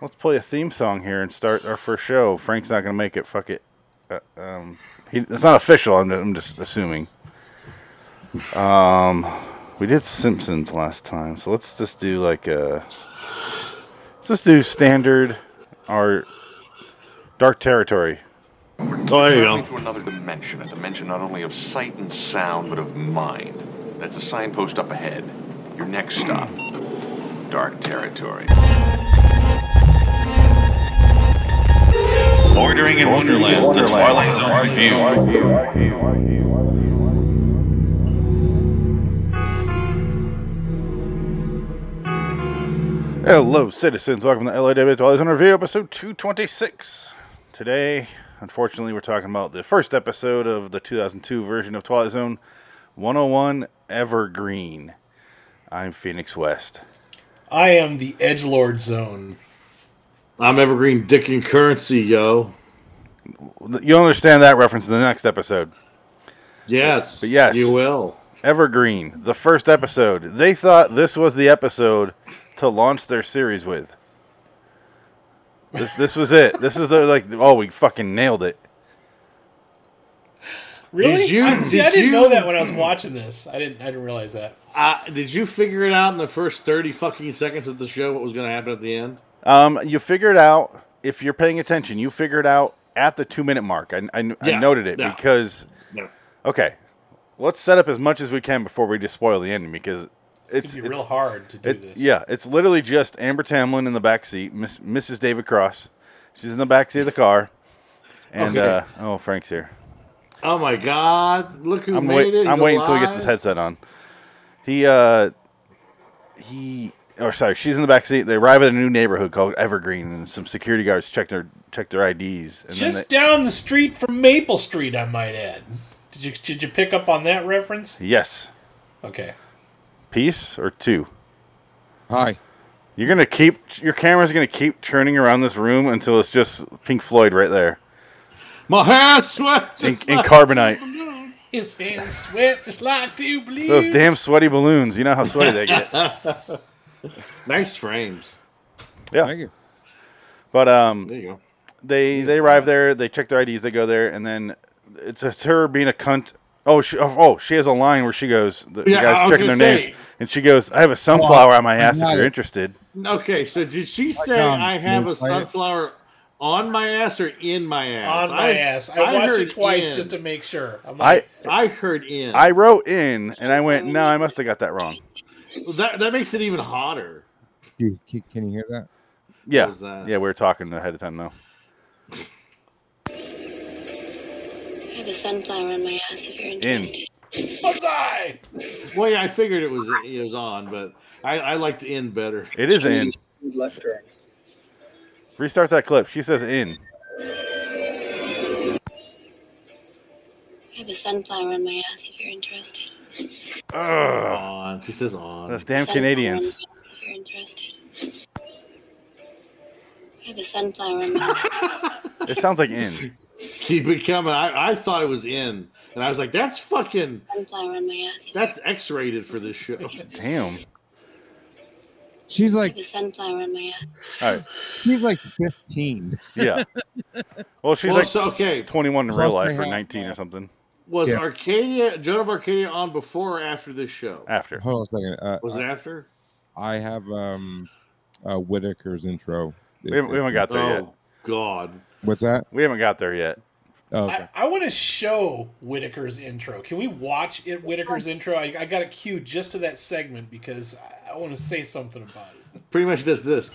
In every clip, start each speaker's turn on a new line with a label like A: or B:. A: Let's play a theme song here and start our first show. Frank's not going to make it. Fuck it. Uh, um, he, it's not official. I'm, I'm just assuming. Um, we did Simpsons last time, so let's just do like a. Let's just do standard, our dark territory.
B: Oh, there you
C: traveling
B: go.
C: to another dimension, a dimension not only of sight and sound, but of mind. That's a signpost up ahead. Your next stop, dark territory.
D: Bordering in Wonderlands, the Twilight Zone review.
A: Hello, citizens. Welcome to LAW Twilight Zone Review, episode 226. Today, unfortunately, we're talking about the first episode of the 2002 version of Twilight Zone 101 Evergreen. I'm Phoenix West.
E: I am the Edge Lord Zone.
B: I'm Evergreen Dick and Currency, yo.
A: You'll understand that reference in the next episode.
B: Yes.
A: But yes.
B: You will.
A: Evergreen, the first episode. They thought this was the episode to launch their series with. This, this was it. This is the, like, oh, we fucking nailed it.
E: Really?
B: Did you-
E: I, see,
B: did
E: I didn't
B: you-
E: know that when I was watching this. I didn't. I didn't realize that.
B: Uh, did you figure it out in the first 30 fucking seconds of the show what was going to happen at the end?
A: Um, you figure it out if you're paying attention. You figure it out at the two minute mark. I, I, I
B: Yeah,
A: noted it
B: yeah.
A: because
B: No.
A: okay, let's set up as much as we can before we just spoil the ending because
E: It's,
A: it's,
E: gonna
A: it's
E: be real hard to do
A: it-
E: this.
A: yeah, it's literally just Amber Tamlin in the back seat, Miss, Mrs. David Cross. She's in the back seat of the car, and
B: Okay.
A: uh, oh, Frank's here.
B: Oh, my God. Look who
A: I'm,
B: made
A: wait-
B: it.
A: I'm
B: He's
A: waiting until he gets his
B: alive.
A: headset on. He, uh, he, or sorry, she's in the back seat. They arrive at a new neighborhood called Evergreen, and some security guards check their check their IDs. And
E: Just
A: then
E: down the street from Maple Street, I might add. Did you Did you pick up on that reference?
A: they, yes,
E: Okay.
A: piece or two.
F: Hi.
A: You're gonna keep your camera's gonna keep turning around this room until it's just Pink Floyd right there
B: My hair sweats.
A: in, in carbonite.
E: His hands sweat just like two bleeds.
A: Those damn sweaty balloons. You know how sweaty they get.
B: nice frames.
A: Yeah,
F: Thank you.
A: but um,
B: There you go.
A: they they arrive there. They check their IDs. They go there, and then it's, it's her being a cunt. Oh, she, oh, oh, she has a line where she goes. The, the
B: Yeah, I
A: guys
B: was
A: checking their
B: gonna say.
A: names, and she goes, "I have a sunflower on my ass. If
F: not
A: you're
F: it.
A: interested."
B: Okay, so did she say
E: um,
F: Tom,
B: I have
F: you
B: a
F: play it?
B: sunflower on my ass or in my ass?
E: on my
B: I-
E: ass. I, watched
B: heard
E: it twice
B: in.
E: just to make sure. I'm
A: I
E: like,
B: I heard in.
A: I wrote in, and I went, "No, I must have got that wrong."
B: that, that makes it even hotter.
F: Do you- can- Can you hear that?
A: Yeah,
B: was that?
A: yeah, we were talking ahead of time though.
G: I have a sunflower on my ass if you're interested.
E: bullseye.
B: Well, yeah, I figured it was it was on, but I, I liked in better.
A: It is in. Restart that clip. She says in.
G: I have a sunflower on my ass if you're interested.
A: Ugh,
B: On. She says on.
A: those damn
G: Sunflower on my
A: Canadians.
G: ass If you're interested. I have a sunflower on my ass.
A: It sounds like in.
B: Keep it coming. I, I thought it was in, and I was like, that's fucking
G: sunflower on my ass.
B: that's X rated for this show.
A: Damn.
F: She's
G: I have
F: like
G: a sunflower on my ass.
A: All right.
F: she's like 15.
A: Yeah. Well, she's
B: well,
A: like
B: so, okay,
A: 21 in
F: Plus
A: real
F: my
A: life or
F: hat,
A: 19 or
F: man.
A: something
B: was
F: Yeah.
B: Arcadia Joan of Arcadia on before or after this show?
A: after.
F: Hold on a second. Uh,
B: Was it after?
F: I have um uh Whitaker's intro.
A: We haven't, we haven't got there yet.
B: Oh God.
F: What's that?
A: We haven't got there yet.
F: Oh, okay.
E: I, I want to show Whitaker's intro. Can we watch it? Whitaker's intro. I, I got a cue just to that segment because I, I want to say something about it.
B: Pretty much does this.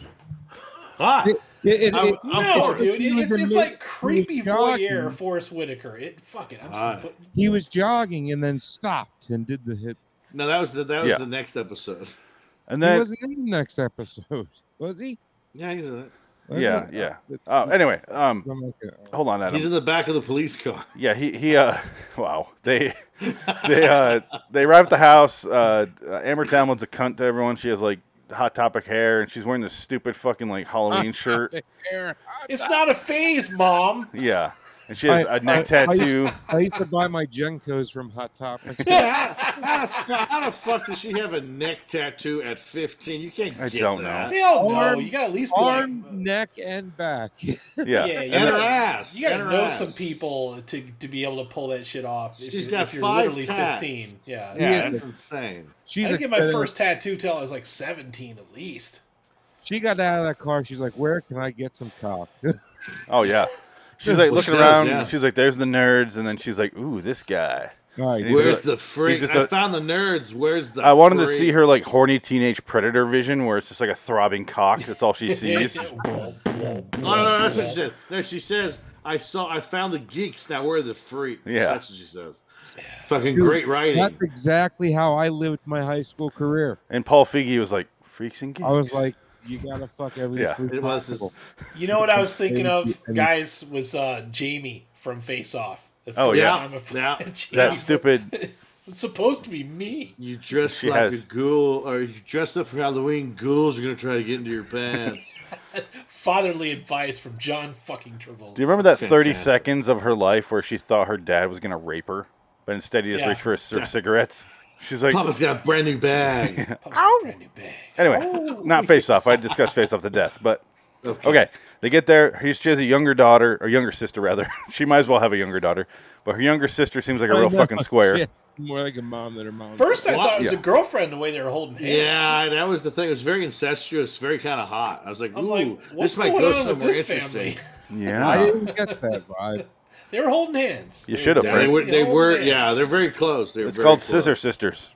B: Ah,
F: It- it-
B: I'm-
F: it-
B: I'm
E: no,
B: sorry.
E: dude,
F: He was
E: it's, it's
F: a
E: like
F: mid-
E: creepy
F: jockey.
E: voyeur Forrest Whitaker. It fuck it. I'm just gonna
B: Ah.
E: put,
F: He was jogging and then stopped and did the hit.
B: no, that was the that was
A: Yeah.
B: the next episode.
A: And
F: he
A: then,
F: wasn't in the next episode, was he?
B: Yeah, he's in it.
F: Was
A: yeah,
F: it?
A: yeah.
F: It-
A: Uh, anyway, um,
F: I'm like, uh,
A: hold on, Adam.
B: He's in the back of the police car.
A: yeah, he he. Uh, wow, they they uh they arrive at the house. Uh, uh, Amber Tamlin's a cunt to everyone. She has like hot topic hair, and she's wearing this stupid fucking like Halloween shirt.
F: Aaron,
E: It's not a phase, mom.
A: Yeah, and she has
F: I-
A: a neck
F: I- I used-
A: tattoo.
F: I used to buy my Jenkos from Hot Topic.
B: how, the fuck, how the fuck does she have a neck tattoo at 15? You can't.
A: I
B: get
A: don't
B: that.
E: Hell no.
F: Arm-
E: You got to at least be like, uh,
F: Arm, neck, and back.
A: yeah,
E: yeah, you
A: And
B: And
A: the-
B: her
E: gotta-
B: ass.
E: You gotta
B: and her
E: know
B: ass.
E: some people to, to be able to pull that shit off. If
B: She's
E: you're,
B: got
E: if you're
B: five
E: literally
B: tats.
E: fifteen. Yeah.
F: He
B: Yeah,
F: is
B: that's
F: the-
B: insane.
F: She's
E: I
F: a
E: didn't get my
F: kid.
E: first tattoo till I was like seventeen at least.
F: She got out of that car. She's like, "Where can I get some cock?"
A: oh yeah. She's like
B: Well, she
A: looking
B: does,
A: around.
B: yeah.
A: She's like, "There's the nerds," and then she's like, "Ooh, this guy."
F: All right,
A: He's
B: Where's
A: a-
B: the freak?
A: just
B: I
A: a-
B: found the nerds. Where's the?
A: I wanted to
B: freak?
A: see her like horny teenage predator vision, where it's just like a throbbing cock. That's all she sees.
B: Oh, no, no, that's what she says. No, she says, "I saw. I found the geeks. Now where are the freaks?"
A: Yeah.
B: that's what she says. Fucking
F: Dude,
B: great writing.
F: that's exactly how I lived my high school career.
A: and Paul Feig was like, "Freaks and geeks."
F: I was like, "You gotta fuck every
A: Yeah.
F: freak
B: It was
F: possible."
B: just-
E: You know what I was thinking of,
F: And-
E: guys, was uh, Jamie from Face Off. The
A: Oh,
E: first
A: yeah.
E: time I found
B: Yeah.
E: Jamie.
A: that stupid.
E: It's supposed to be me.
B: you dress
A: She
B: like
A: has-
B: a ghoul, or you dress up for Halloween. Ghouls are gonna try to get into your pants.
E: Fatherly advice from John fucking Travolta.
A: Do you remember that thirty
B: Fantastic.
A: seconds of her life where she thought her dad was gonna rape her, but instead he just
E: Yeah.
A: reached for his c- cigarettes? She's like,
B: Papa's got a brand new bag.
E: That was a brand new bag.
A: anyway, not face off. I discussed face off to death, but okay. They get there. he- She has a younger daughter, or younger sister rather. she might as well have a younger daughter, but her younger sister seems like a
F: I
A: real
F: know,
A: fucking square.
F: shit. More like a mom than her mom.
E: First, I
B: What?
E: thought it was
A: Yeah.
E: a girlfriend the way they were holding hands.
B: Yeah, that was the thing. It was very incestuous, very kind of hot. I was like,
E: I'm
B: "Ooh,
E: like, what's
B: this might
E: going
B: go
E: on
B: somewhere
E: with this
B: interesting."
E: family?
F: I
A: Yeah,
F: didn't get that vibe.
E: They were holding hands.
A: you should have.
B: Yeah, they
A: Frank.
B: were, they were,
E: Oh,
B: yeah,
E: man.
B: they're very close. They were
A: It's
B: very
A: called
B: close.
A: Scissor Sisters.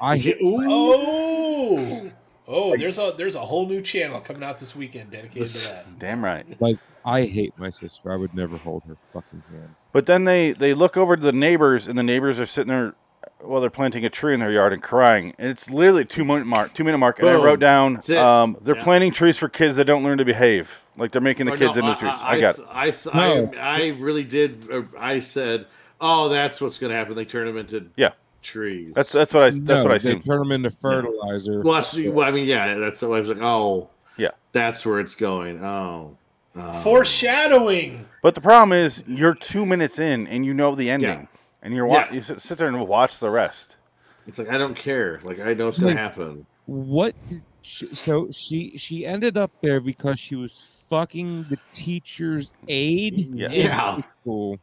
F: I
B: Yeah,
F: hit
B: ooh.
E: Oh, oh, there's a there's a whole new channel coming out this weekend dedicated to that.
A: Damn right.
F: like I hate my sister. I would never hold her fucking hand.
A: But then they they look over to the neighbors, and the neighbors are sitting there while they're planting a tree in their yard and crying. And it's literally two minute mark. Two minute mark. And I
B: Boom.
A: wrote down,
B: That's it.
A: um, they're
B: Yeah.
A: planting trees for kids that don't learn to behave. Like they're making the
B: Or
A: kids
B: no,
A: into trees. I,
B: I
A: got it.
B: th- I, th-
F: No.
B: I, I really did. uh, I said, "Oh, that's what's going to happen. They turn them into
A: Yeah.
B: trees."
A: That's uh, that's what I that's
F: No,
A: what I
F: they
A: assumed.
F: turn them into fertilizer.
B: well, that's, well, I mean, yeah, that's. I was like, "Oh,
A: Yeah.
B: that's where it's going." Oh, oh.
E: Foreshadowing.
A: But the problem is, you're two minutes in, and you know the ending, and you're wa-
B: Yeah.
A: you sit, sit there and watch the rest.
B: It's like I don't care. Like I know it's going
F: Like-
B: to happen.
F: what did she, so she she ended up there because she was fucking the teacher's aide
A: Yeah.
B: Yeah.
F: school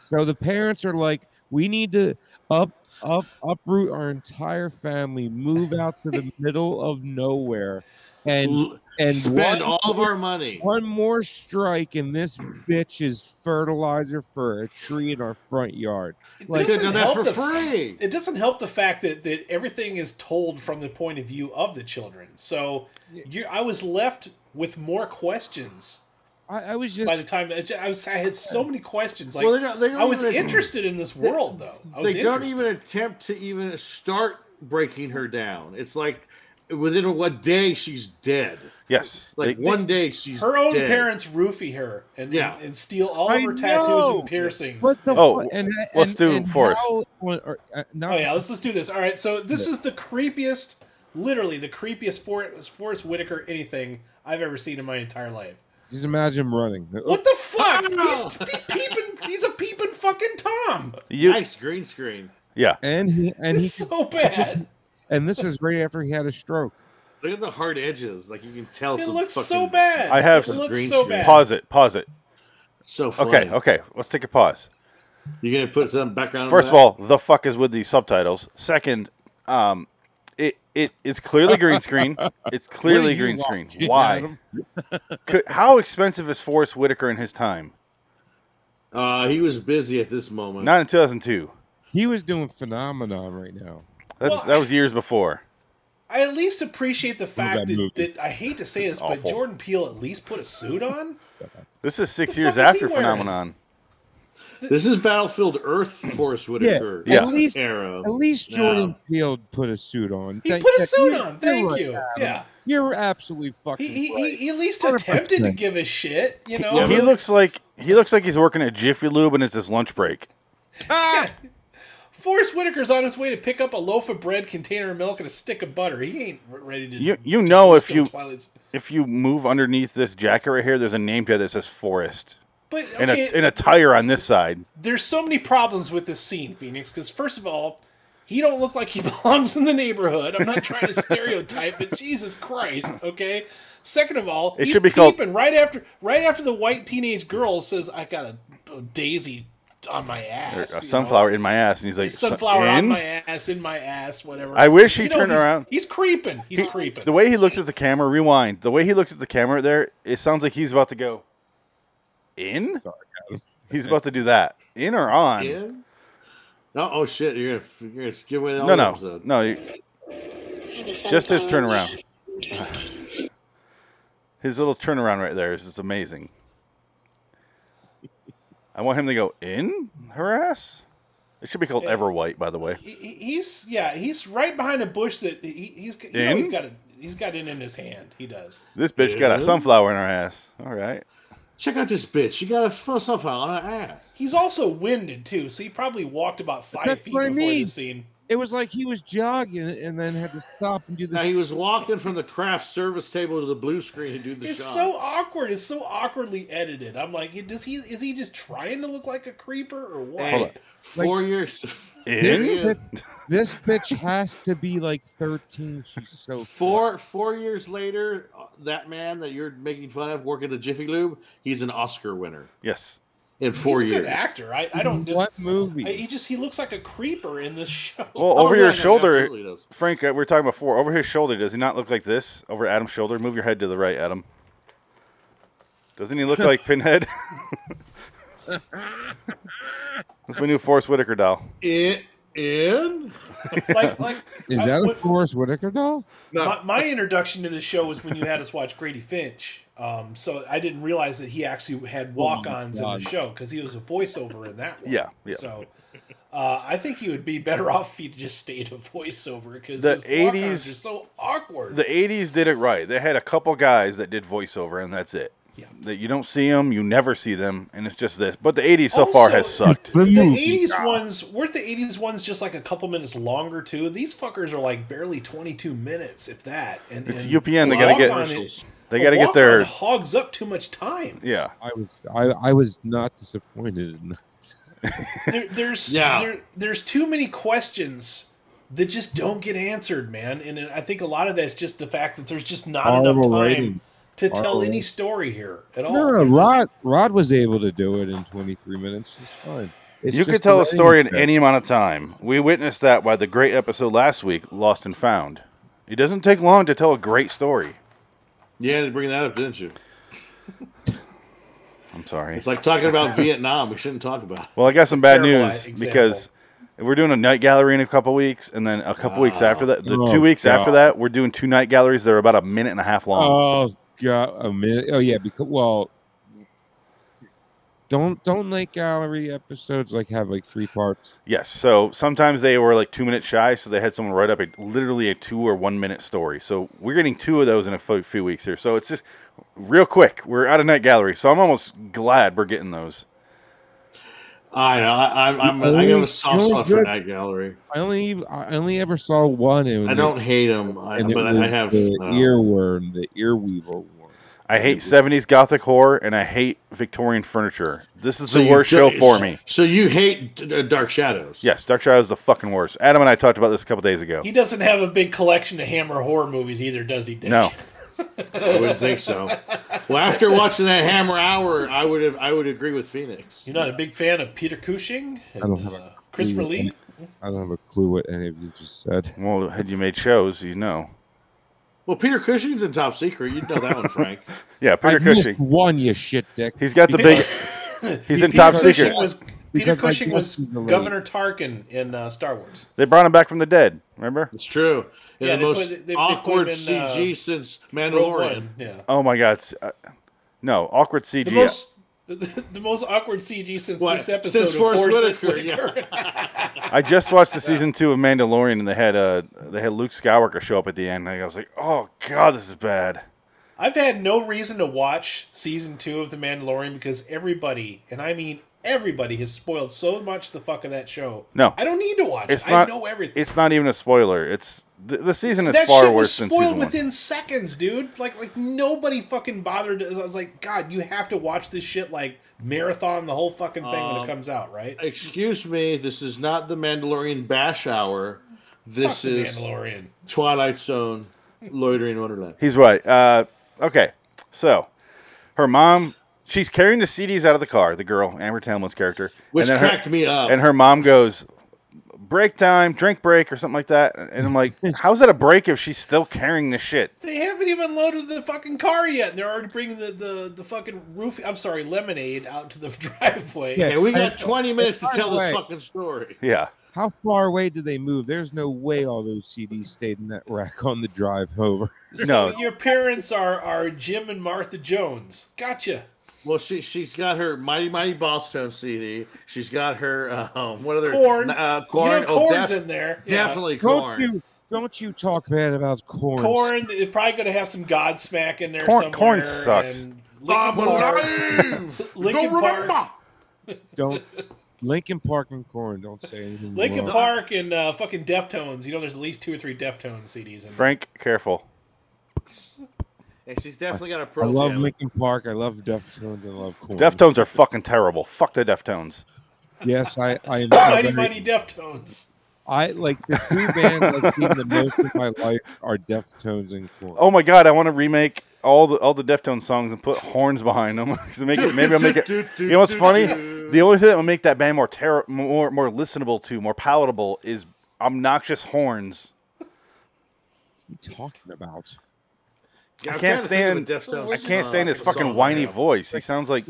F: so the parents are like we need to up up uproot our entire family move out to the middle of nowhere and
B: L-
F: and
B: spend
F: one,
B: all of our money.
F: one more strike and this bitch is fertilizer for a tree in our front yard
E: It
F: Like-
B: They could have done
E: doesn't
B: that
E: help
B: for
E: the
B: free.
E: it doesn't help the fact that that everything is told from the point of view of the children. So, you I was left with more questions
F: i, I was just
E: by the time I was. I had so many questions. Like
B: well, they're not, they don't
E: I was
B: even-
E: interested in this world, though. I was
B: they don't
E: interested.
B: even attempt to even start breaking her down. It's like within what day she's dead.
A: Yes,
B: Like
A: They-
B: one day she's
E: her own
B: dead.
E: parents roofie her and
B: Yeah.
E: and, steal all of
F: I
E: her tattoos
F: know.
E: and piercings.
F: What the
A: Oh,
F: fu- and, and,
A: let's do
F: and
A: Forrest.
F: how- or- uh, not
E: Oh yeah, let's let's do this. All right, so this is the creepiest, literally the creepiest Forrest, Forrest Whitaker anything I've ever seen in my entire life.
F: Just imagine him running. oh,
E: What the fuck?
B: Ow!
E: He's pe- peeping. He's a peeping fucking Tom.
A: you,
B: Nice green screen.
A: yeah.
F: And he and he
E: It's so bad.
F: and this is right after he had a stroke.
B: Look at the hard edges. Like you can tell.
E: It
B: some
E: looks so
B: fucking-
E: bad.
A: I have
E: It
A: some
E: looks
B: green
E: so
B: screen.
E: bad.
A: Pause it. Pause it.
B: So funny.
A: Okay. Okay. Let's take a pause.
B: You're gonna put some background. on
A: First
B: that?
A: of all, the fuck is with these subtitles. Second, um, it it it's clearly green screen. It's clearly
F: you
A: green screen.
F: watching,
A: Why?
F: Adam?
A: Could, how expensive is Forrest Whitaker in his time?
B: uh, he was busy at this moment.
A: Not in 2002.
F: He was doing phenomenon right now.
A: That's
E: Well,
A: that was years before.
E: I at least appreciate the fact
F: that
E: that,
F: movie.
E: that I hate to say this, but
A: awful.
E: Jordan Peele at least put a suit on.
A: This is six
E: The
A: years
E: fuck is he
A: after
E: wearing?
A: Phenomenon.
B: This is Battlefield Earth Forrest Whitaker
A: Yeah.
F: At least-
B: era.
F: At least
B: No.
F: Jordan Peele put a suit on.
E: He
F: Thank-
E: put a
F: yeah,
E: suit
F: you're-
E: on. Thank
F: you're
E: you.
F: right, Adam.
E: Yeah.
F: You're absolutely fucking
E: He, he,
F: right.
E: he, he at least attempted to
F: 100%.
E: give a shit, you know.
B: Yeah,
A: He looks like he looks like he's working at Jiffy Lube and it's his lunch break.
F: Ah!
E: Forrest Whitaker's on his way to pick up a loaf of bread, container of milk, and a stick of butter. He ain't re- ready to.
A: You you know if
E: spill
A: you
E: Twilight's-
A: if you move underneath this jacket right here, there's a name tag that says Forrest.
E: But
A: and
E: okay,
A: a and a tire on this side.
E: there's so many problems with this scene, Phoenix. Because first of all, he don't look like he belongs in the neighborhood. I'm not trying to stereotype, but Jesus Christ, okay. Second of all,
A: It
E: he's
A: should be called-
E: peeping right after right after the white teenage girl says, "I got a, a daisy on my
A: Or a
E: ass, you know?
A: sunflower in my ass, and he's like,
E: sunflower on
A: "In?"
E: my ass, in my ass, whatever."
A: I wish he turned
E: he's-
A: around.
E: He's creeping. He's creeping.
A: The way he looks at the camera, rewind. The way he looks at the camera there, it sounds like he's about to go in.
F: Sorry,
A: He's about to do that. In or on?
B: Yeah. No, oh shit! You're gonna, you're gonna give away the
A: No,
B: whole
A: no,
B: episode.
A: no. you-
G: I have a
A: his
G: sunflower in my
A: turnaround.
G: ass if you're interested.
A: His little turnaround right there is just amazing. I want him to go in her ass. It should be called Everwhite, by the way.
E: He- he- he's yeah, he's right behind a bush that he, he's you know,
A: In?
E: he's got a, he's got it in his hand. He does.
A: This bitch got a
B: Yeah.
A: sunflower in her ass. All right.
B: Check out this bitch. She got a fuss off on her ass.
E: He's also winded too, so he probably walked about five
F: That's
E: feet
F: what I
E: before
F: mean.
E: the scene.
F: It was like he was jogging and then had to stop and do
B: Now
F: this.
B: he was walking from the craft service table to the blue screen to do the
E: It's
B: shot.
E: so awkward. It's so awkwardly edited. I'm like, does he is he just trying to look like a creeper or what?
B: Hey, four years,
F: This,
A: In?
B: Yeah.
F: bitch, this bitch has to be like 13. She's so
B: four four years later, uh, that man that you're making fun of working at the Jiffy Lube, he's an Oscar winner
A: Yes.
B: in four
E: he's a
B: years.
E: good actor. I, I don't just
F: What movie?
E: I, he just he looks like a creeper in this show.
A: Well,
B: Oh,
A: over
B: yeah,
A: your
B: no, he
A: shoulder,
B: absolutely does.
A: Frank. uh, We were talking before. Over his shoulder, does he not look like this? Over Adam's shoulder. Move your head to the right, Adam. Doesn't he look like Pinhead? That's my new Forrest Whitaker doll.
B: It in
E: Like like
F: Is
E: I-
F: that a
E: what-
F: Forrest Whitaker doll?
E: my, my introduction to the show was when you had us watch Grady Finch. Um, so I didn't realize that he actually had walk-ons in the
F: God.
E: show because he was a voiceover in that one.
A: Yeah, yeah.
E: So uh, I think he would be better off if he just stayed a voiceover because
A: The
E: the eighties
A: 80s
E: are so awkward.
A: The '80s did it right. They had a couple guys that did voiceover, and that's it.
E: Yeah.
A: That you don't see them, you never see them, and it's just this. But the '80s so far
E: Also-
A: has sucked.
E: the
F: movie.
E: eighties ones weren't the eighties ones just like a couple minutes longer too. These fuckers are like barely twenty-two minutes, if that. And
A: It's
E: and
A: UPN, they
E: a
A: gotta get-
E: walk-on is-
A: They
E: a
A: got to get
E: walk-on
A: their
E: hogs up too much time.
A: yeah.
F: I was I, I was not disappointed in that.
E: there, there's
B: Yeah.
E: there, there's too many questions that just don't get answered, man. And I think a lot of that's just the fact that there's just not enough
F: Horrible
E: time
F: rating.
E: to tell
F: Horrible.
E: any story here at
A: Oh,
E: all.
F: No, Rod Rod was able to do it in 23 minutes. It's fine. It's
A: you
F: just
A: could tell
F: the
A: a story in
F: writing.
A: any amount of time. We witnessed that by the great episode last week, Lost and Found. It doesn't take long to tell a great story.
B: you had to bring that up, didn't you?
A: I'm sorry.
B: It's like talking about Vietnam. We shouldn't talk about. it.
A: well, I got some bad
E: Terrible
A: news
E: example.
A: because we're doing a night gallery in a couple weeks, and then a couple weeks after that, the
F: Oh,
A: two weeks
F: God.
A: after that, we're doing two night galleries that are about a minute and a half long.
F: Oh god, a minute. Oh yeah, because well, don't don't like gallery episodes like have like three parts.
A: yes, so sometimes they were like two minutes shy, so they had someone write up a literally a two or one minute story. So we're getting two of those in a fo- few weeks here. So it's just real quick. We're out of night gallery, so I'm almost glad we're getting those.
B: I know. I, I'm. I'm I got a soft spot for that gallery.
F: I only ev- I only ever saw one. And
B: I don't hate them, I,
F: And it
B: but I
F: was
B: have.
F: the
B: I don't know.
F: earworm, the earweevil one.
A: I hate seventies gothic horror and I hate Victorian furniture. This is the
B: you
A: worst
B: do-
A: show for me.
B: So you hate uh, Dark Shadows?
A: Yes, Dark Shadow is the fucking worst. Adam and I talked about this a couple days ago.
E: He doesn't have a big collection of Hammer horror movies either, does he? Dick?
A: No,
B: I wouldn't think so. Well, after watching that Hammer Hour, I would have. I would agree with Phoenix.
E: You're not a big fan of Peter Cushing and
F: don't have a
E: uh, Christopher
F: clue.
E: Lee.
F: I don't have a clue what any of you just said.
A: well, had you made shows, you know.
B: Well, Peter Cushing's in Top Secret. You'd know that one, Frank.
A: Yeah, Peter
F: I missed
A: Cushing.
F: one, you shit dick.
A: He's got the big. He's in
E: Peter
A: Top
E: Cushing
A: Secret.
E: Was, Peter
F: Because my
E: Cushing was
F: guess is the late.
E: Governor Tarkin in uh, Star Wars.
A: They brought him back from the dead. Remember?
B: It's true. And
E: Yeah,
B: the
E: they
B: most
E: put- they- they put
B: awkward
E: him in,
B: CG
E: uh,
B: since
E: Rogue
B: Mandalorian.
E: One. Yeah.
A: Oh my God! s- uh, no, awkward CG.
E: The most the, most awkward CG since
B: What?
E: this episode
B: Since
E: of
B: Forrest
E: Force
B: Whitaker,
E: Whitaker.
A: I just watched the season two of Mandalorian, and they had uh they had Luke Skywalker show up at the end, and I was like, oh God, this is bad.
E: I've had no reason to watch season two of The Mandalorian because everybody, and I mean everybody, has spoiled so much the fuck of that show.
A: No.
E: I don't need to watch
A: It's
E: it.
A: not.
E: I know everything.
A: It's not even a spoiler. It's th- the season is
E: that
A: far
E: shit was
A: worse than
E: spoiled
A: season one.
E: within seconds, dude. Like, like nobody fucking bothered. to- I was like, God, you have to watch this shit like marathon the whole fucking thing when it
B: Um,
E: comes out, right?
B: Excuse me, this is not the Mandalorian Bash Hour.
E: Fuck
B: This
E: the
B: is
E: Mandalorian.
B: Twilight Zone, Loitering Wonderland.
A: He's right. Uh, okay, so her mom, she's carrying the CDs out of the car. The girl, Amber Tamlin's character,
B: Which
A: then her-
B: cracked me up.
A: And her mom goes, "Break time, drink break, or something like that." And I'm like, "How's that a break if she's still carrying this shit?"
E: They haven't even loaded the fucking car yet, and they're already bringing the, the, the fucking roof. I'm sorry, lemonade out to the driveway.
F: Yeah.
B: and we
F: I-
B: got 20 minutes to
F: by
B: tell
F: the
B: this
F: way-
B: fucking story.
A: Yeah,
F: How far away did they move? There's no way all those CDs stayed in that rack on the drive over.
E: So
A: no.
E: your parents are are Jim and Martha Jones. Gotcha.
B: Well, she she's got her Mighty Mighty Boss Tone CD. She's got her um, what other
E: Corn.
B: Uh,
E: You
B: corn.
E: know,
B: Oh,
E: corn's
B: def-
E: in there. Yeah.
B: definitely
F: Don't
B: corn.
F: you, don't you talk bad about corn.
E: Corn. They're probably going to have some Godsmack in there.
A: Corn-
E: somewhere,
A: corn sucks.
E: and
B: I'm
E: Linkin Park.
B: alive.
E: Linkin
B: Don't
E: Park.
B: remember.
F: Don't Lincoln Park and corn. Don't say anything.
E: Linkin
F: wrong.
E: Park and uh, fucking Deftones. You know, there's at least two or three Deftones CDs in there.
A: Frank, careful.
B: And she's definitely got a
F: I
B: pro.
F: love
B: jam.
F: Lincoln Park. I love Deftones. and I love corn.
A: Deftones are fucking terrible. Fuck the Deftones.
F: Yes, I. I am.
E: Mighty
F: very-
E: Mighty Deftones.
F: I like the two bands I've seen the most in my life are Deftones and Corn.
A: Oh my god, I want to remake all the all the Deftones songs and put horns behind them. 'Cause make it, maybe I'll make it. You know what's funny? The only thing that will make that band more terror, more more listenable to, more palatable is obnoxious horns.
F: What are you talking about?
B: Yeah, I'm
A: I
B: trying
A: can't
B: to think
A: stand.
B: of a Deftones,
A: I can't
B: uh,
A: stand his fucking
B: song
A: whiny
B: right now.
A: voice. He sounds like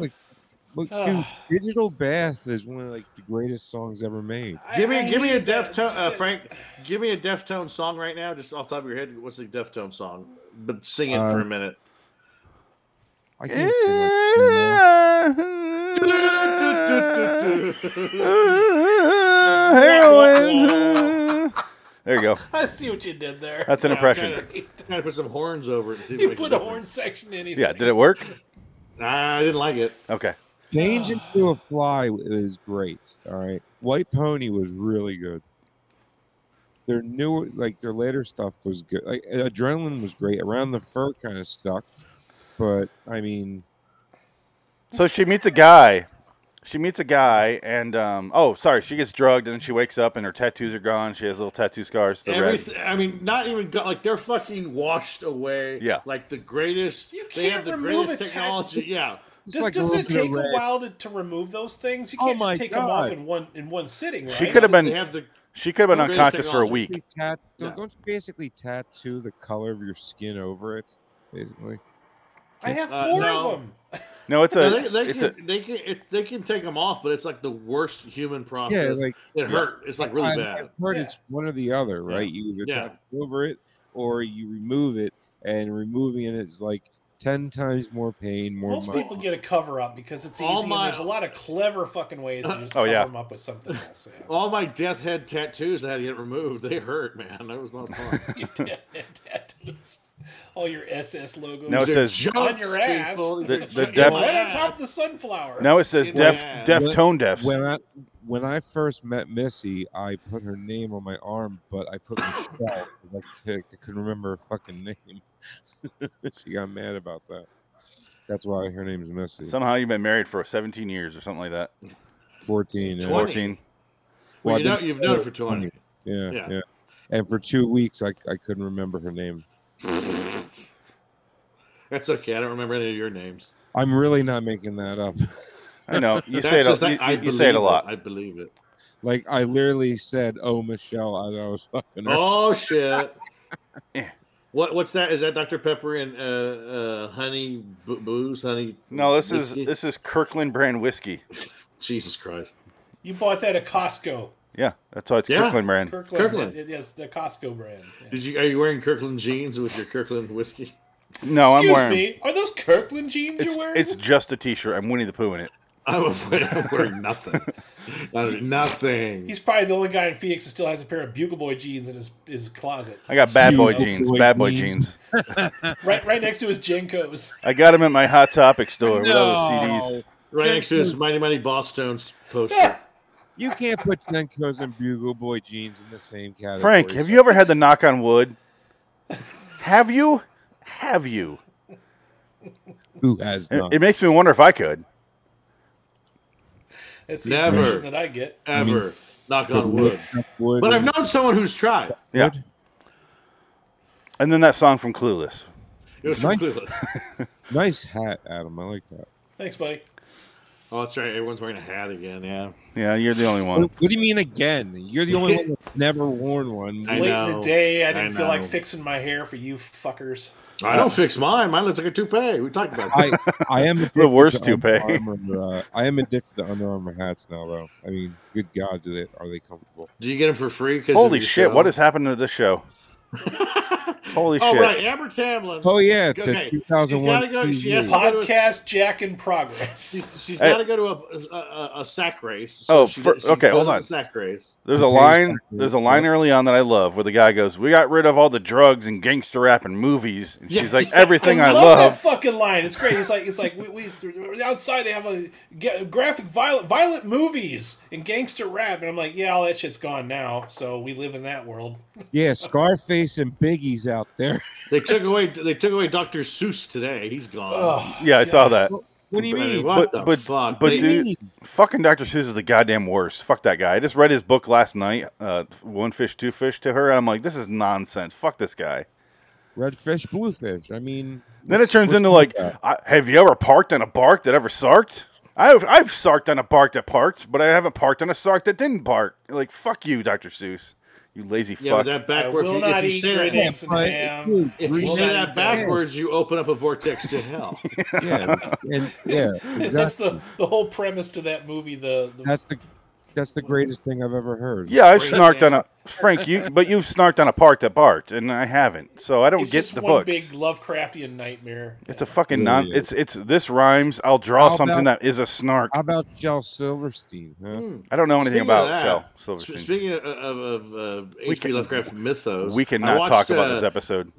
F: Look, dude,
E: Ugh.
F: Digital Bath is one of like the greatest songs ever made.
E: I-
B: Give
E: I
B: me, give me a
E: hated that.
B: Deftone,
E: Just
B: uh,
E: that-
B: Frank. Give me a Deftone song right now, just off the top of your head. What's a Deftone song? But sing it
F: Uh,
B: for a minute.
F: I can't sing like that.
A: heroin. There you go.
E: I see what you did there.
A: That's an
B: Yeah, I'm
A: impression.
B: trying to- I'm trying to put some horns over it. And see if it
E: You
B: makes
E: put a
B: difference.
E: horn section in it.
A: Yeah, did it work?
B: Nah, I didn't like it.
A: Okay.
B: Ah.
F: Change into a Fly is great. All right, White Pony was really good. Their newer, like their later stuff was good. Like Adrenaline was great. Around the Fur kind of stuck, but I mean,
A: So she meets a guy. She meets a guy, and um, oh, sorry, she gets drugged, and then she wakes up, and her tattoos are gone. She has little tattoo scars. The red.
B: Everything. I mean, not even got like they're fucking washed away.
A: Yeah.
B: like the greatest.
E: You
B: they have
E: can't
B: the
E: remove
B: greatest
E: a tat-
B: technology. Yeah,
F: it's
E: Just
F: like
E: doesn't
F: little
E: it
F: bit of
E: take a
F: red.
E: while to, to remove those things? You
F: Oh
E: can't
F: my
E: just take them off
F: God.
E: in one in one sitting, right?
A: She could have
B: they
A: been.
B: have the.
A: She could have been
B: Who raised
A: unconscious for a
B: technology?
A: week.
F: basically tat-
B: Yeah.
F: don't, don't you basically tattoo the color of your skin over it basically
E: I have
B: Uh,
E: four
B: no.
E: of them.
A: No, it's
B: no,
A: a.
B: they, they
A: it's
B: can, they can it, they can take them off, but it's like the worst human process.
F: yeah like
B: it hurt. Oh, It's like really
F: I,
B: bad.
F: have heard
E: Yeah.
F: it's one or the other
B: Yeah.
F: right you either
B: Yeah.
F: tattoo over it or you remove it and removing it is like 10 times more pain more
E: Most
F: money.
E: people get a cover up because it's easy.
B: All
E: and
B: my- Uh,
E: there's a lot of clever fucking ways to just
A: Oh,
E: cover
A: yeah.
E: them up with something else. Yeah.
B: All my death head tattoos I had to get removed. They hurt, man. That was not fun.
E: You did have tattoos. All your SS logos.
A: No, it
B: These are
A: says-
B: jokes,
E: On your ass.
B: people. These
A: The-
B: are
A: the
B: jokes.
A: def-
E: right on top of the sunflower.
A: a, now it says
B: Yeah.
A: deaf, deaf
F: When-
A: tone deafs.
F: when i when i first met missy i put her name on my arm but i put michelle 'cause I, could, I couldn't remember her fucking name she got mad about that that's why her name is missy
A: Somehow you've been married for 17 years or something like that.
F: 14 yeah.
B: 20.
A: 14.
B: Well,
F: Well,
B: you
F: I
B: know,
F: didn't
B: you've
F: know
B: known
F: it
B: it for 20.
F: Yeah,
B: Yeah.
F: yeah. And for two weeks, I, I couldn't remember her name.
B: That's okay. I don't remember any of your names.
F: I'm really not making that up.
A: I know you
B: That's
A: say it.
B: just
A: A,
B: that-
A: you-
B: I
A: you, you say it
B: believe
A: a lot.
B: I believe it.
F: Like I literally said, "Oh, Michelle," as I was fucking her.
B: Oh, shit.
A: Yeah.
B: What what's that? Is that Dr Pepper and uh, uh, honey boo booze? Honey?
A: No, this is
B: whiskey?
A: this is Kirkland brand whiskey.
B: Jesus Christ.
E: You bought that at Costco.
A: Yeah, that's why it's
B: Yeah.
A: Kirkland brand.
E: Kirkland.
B: Kirkland.
E: It- it- yes, the Costco brand. yeah.
B: Did you are you wearing Kirkland jeans with your Kirkland whiskey?
A: No, I'm
E: Excuse
A: wearing.
E: me. Are those Kirkland jeans
A: It's,
E: you're wearing?
A: it's just a t-shirt. I'm Winnie the Pooh in it.
B: I'm, I'm wearing nothing. I'm nothing.
E: He's probably the only guy in Phoenix that still has a pair of Bugle Boy jeans in his, his closet.
A: I got bad boy
F: Cute.
A: jeans.
F: Boy
A: Bad boy
F: jeans.
A: jeans.
E: Right right next to his Jenkos.
A: I got them at my Oh, Hot Topic store with all the CDs.
B: Right next to his Mighty Mighty Boss Stones poster.
E: Yeah.
F: You can't put Senko's and Bugle Boy jeans in the same category.
A: Frank, have
F: so-
A: you ever had the knock on wood? have you? Have you?
F: Who has
A: It,
F: not?
A: it makes me wonder if I could.
E: That's the
B: Never.
E: impression that I get.
B: Ever. Knock on wood.
F: Wood
B: But I've
F: and-
B: known someone who's tried.
A: Yeah.
F: Wood?
A: And then that song from Clueless.
B: It was
F: Nice.
B: clueless.
F: Nice hat, Adam. I like that.
E: Thanks, buddy.
B: Oh, that's right. Everyone's wearing a hat again. Yeah.
A: Yeah, you're the only one.
F: What, what do you mean again? You're the only one that's never worn one.
B: I
E: Late in
B: know.
E: the day, I
B: I
E: didn't feel like
B: know.
E: fixing my hair for you fuckers.
B: I don't fix mine. Mine looks like a toupee. We talked about that.
F: I, I am addicted
A: worst
F: to Under
A: toupee.
F: Armour, uh, I am addicted to Under Armour hats now, though. I mean, good God, do they are they comfortable?
B: Do you get them for free? 'cause of
A: Holy
B: your
A: shit,
B: show?
A: what has happened to this show? Holy
B: Oh,
A: shit.
B: right. Amber Tamlin.
F: Oh yeah, it's
B: Okay,
F: the
B: she's
F: 2001.
B: gotta go- she
F: TV.
B: has to-
E: Podcast Jack in progress.
B: She's, she's
A: Hey.
B: got to go to a, a, a, a sack race.
A: Oh, for-
B: goes-
A: okay,
B: goes
A: hold
B: to the
A: on.
B: Sack race.
A: There's a
F: Okay,
A: line.
F: exactly.
A: There's a line
F: Yep.
A: early on that I love, where the guy goes, "We got rid of all the drugs and gangster rap and movies," and
B: Yeah.
A: she's like, "Everything I,
E: love, that
A: love."
E: fucking line. It's great. It's like it's like we, we outside they have a ga- graphic violent violent movies and gangster rap, and I'm like, yeah, all that shit's gone now. So we live in that world.
F: yeah, Scarface and Biggie's out there.
B: They took away. They took away Dr. Seuss today. He's gone.
E: Ugh.
A: Yeah, I saw that.
F: What do you
B: I mean,
F: mean?
A: But-
B: what the
A: but-
B: fuck?
A: but
B: They-
A: dude- Fucking Dr. Seuss is the goddamn worst. Fuck that guy. I just read his book last night, uh, One Fish, Two Fish, to her, and I'm like, this is nonsense. Fuck this guy.
F: Red fish, blue fish. I mean,
A: Then it turns
F: what's
A: into
F: wrong
A: like,
F: with that?
A: I, have you ever parked on a bark that ever sarked? I've I've sarked on a bark that parked, but I haven't parked on a sark that didn't bark. Like fuck you, Dr. Seuss. You lazy
B: yeah, but
A: fuck.
B: that
E: I
B: backward.
E: will
B: If
E: not
B: you,
E: eat
B: if you say
E: green
B: that,
E: eggs and
F: But-
E: ham.
F: dude,
B: if
E: Will
B: you
F: read
B: say
E: not
B: that
E: eat
B: backwards, you open up a vortex to hell.
F: yeah, and yeah, exactly.
E: That's the the whole premise to that movie. The, the
F: that's the that's the greatest thing I've ever heard.
A: Yeah, I've
B: Bring it
A: snarked on
B: down.
A: a Frank. You, but you've snarked on a park that barked, and I haven't. So I don't
E: it's
A: get
E: just
A: the
E: one
A: books.
E: big Lovecraftian nightmare.
A: It's a fucking
F: Really
A: non.
F: is.
A: It's it's this rhymes. I'll draw
F: How
A: something
F: about-
A: that is a snark.
F: How about Jell Silverstein? Huh?
B: Hmm.
A: I don't know anything
B: Speaking of
A: about
B: that,
A: Shell
B: Sp-
A: Silverstein.
B: Speaking of of, of uh,
A: We
B: H.P.
A: can-
B: Lovecraft mythos,
A: We
B: I
A: cannot
B: watched,
A: talk about
B: uh,
A: this episode.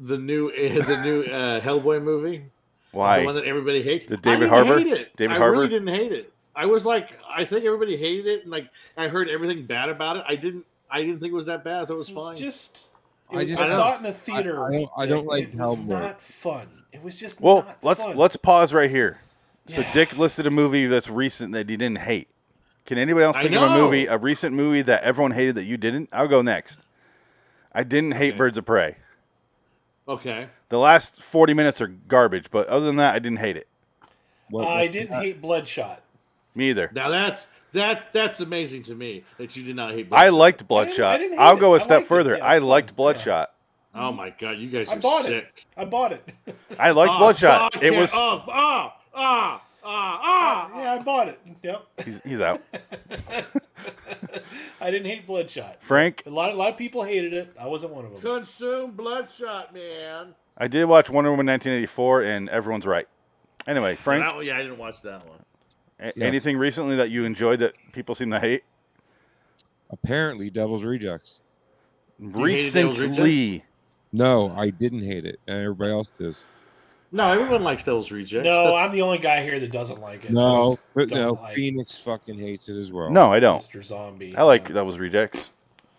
B: The new the new uh, Hellboy movie. The one
A: Why?
B: that everybody hates.
A: The
B: I
A: David
B: didn't
A: Harbour?
B: Hate it.
A: David
B: I
A: Harbour?
B: really didn't hate it. I was like, I think everybody hated it, and like I heard everything bad about it. I didn't. I didn't think it was that bad. I thought it was
E: It was
B: fine.
E: just. It
F: I
E: was, I,
F: just-
E: saw it in a theater.
F: I- I don't- I don't
E: It-
F: like
E: It was
F: Hellboy.
E: not fun. It was just
A: Well,
E: not
A: let's
E: fun.
A: let's pause right here. So
E: Yeah.
A: Dick listed a movie that's recent that he didn't hate. Can anybody else
B: I
A: think of a
B: know.
A: movie, a recent movie that everyone hated that you didn't? I'll go next. I didn't hate
B: Okay.
A: Birds of Prey.
B: okay.
A: The last forty minutes are garbage, but other than that, I didn't hate it.
F: What-
E: I didn't hate Bloodshot.
A: Me either.
B: Now that's that that's amazing to me that you did not hate.
A: I
B: Bloodshot.
A: liked
E: I didn't- I
A: Bloodshot.
E: didn't hate
A: I'll
E: it.
A: go a
E: I
A: step
E: liked it.
A: further.
E: Yeah,
A: I
E: it was
A: liked
E: fun. Yeah.
A: Bloodshot.
B: Oh my god, you guys
E: I
B: are
E: bought
B: sick.
E: it. I bought it.
A: I liked
E: Oh,
B: Ah,
A: Bloodshot.
B: fuck
A: It
B: yeah.
A: was
B: Oh, ah, ah, ah, ah.
E: yeah, I bought it. Yep.
A: he's, he's out.
E: I didn't hate Bloodshot.
A: Frank,
E: A lot, a lot of people hated it. I wasn't one of them.
B: Consume Bloodshot, man.
A: I did watch Wonder Woman 1984, and everyone's right. Anyway, Frank,
B: That one- yeah, I didn't watch that one.
A: a-
F: Yes.
A: anything recently that you enjoyed that people seem to hate?
F: Apparently, Devil's Rejects.
B: hated Devil's
A: Recently,
F: No, I didn't hate it, and everybody else does.
B: No, everyone likes Devil's Rejects.
E: No,
B: That's-
E: I'm the only guy here that doesn't like it.
F: No, but
E: don't
F: no,
E: like
F: Phoenix fucking hates it as
E: Oh.
F: well.
A: no, I don't.
E: Mr. Zombie.
A: I like
E: Uh,
A: that was rejects.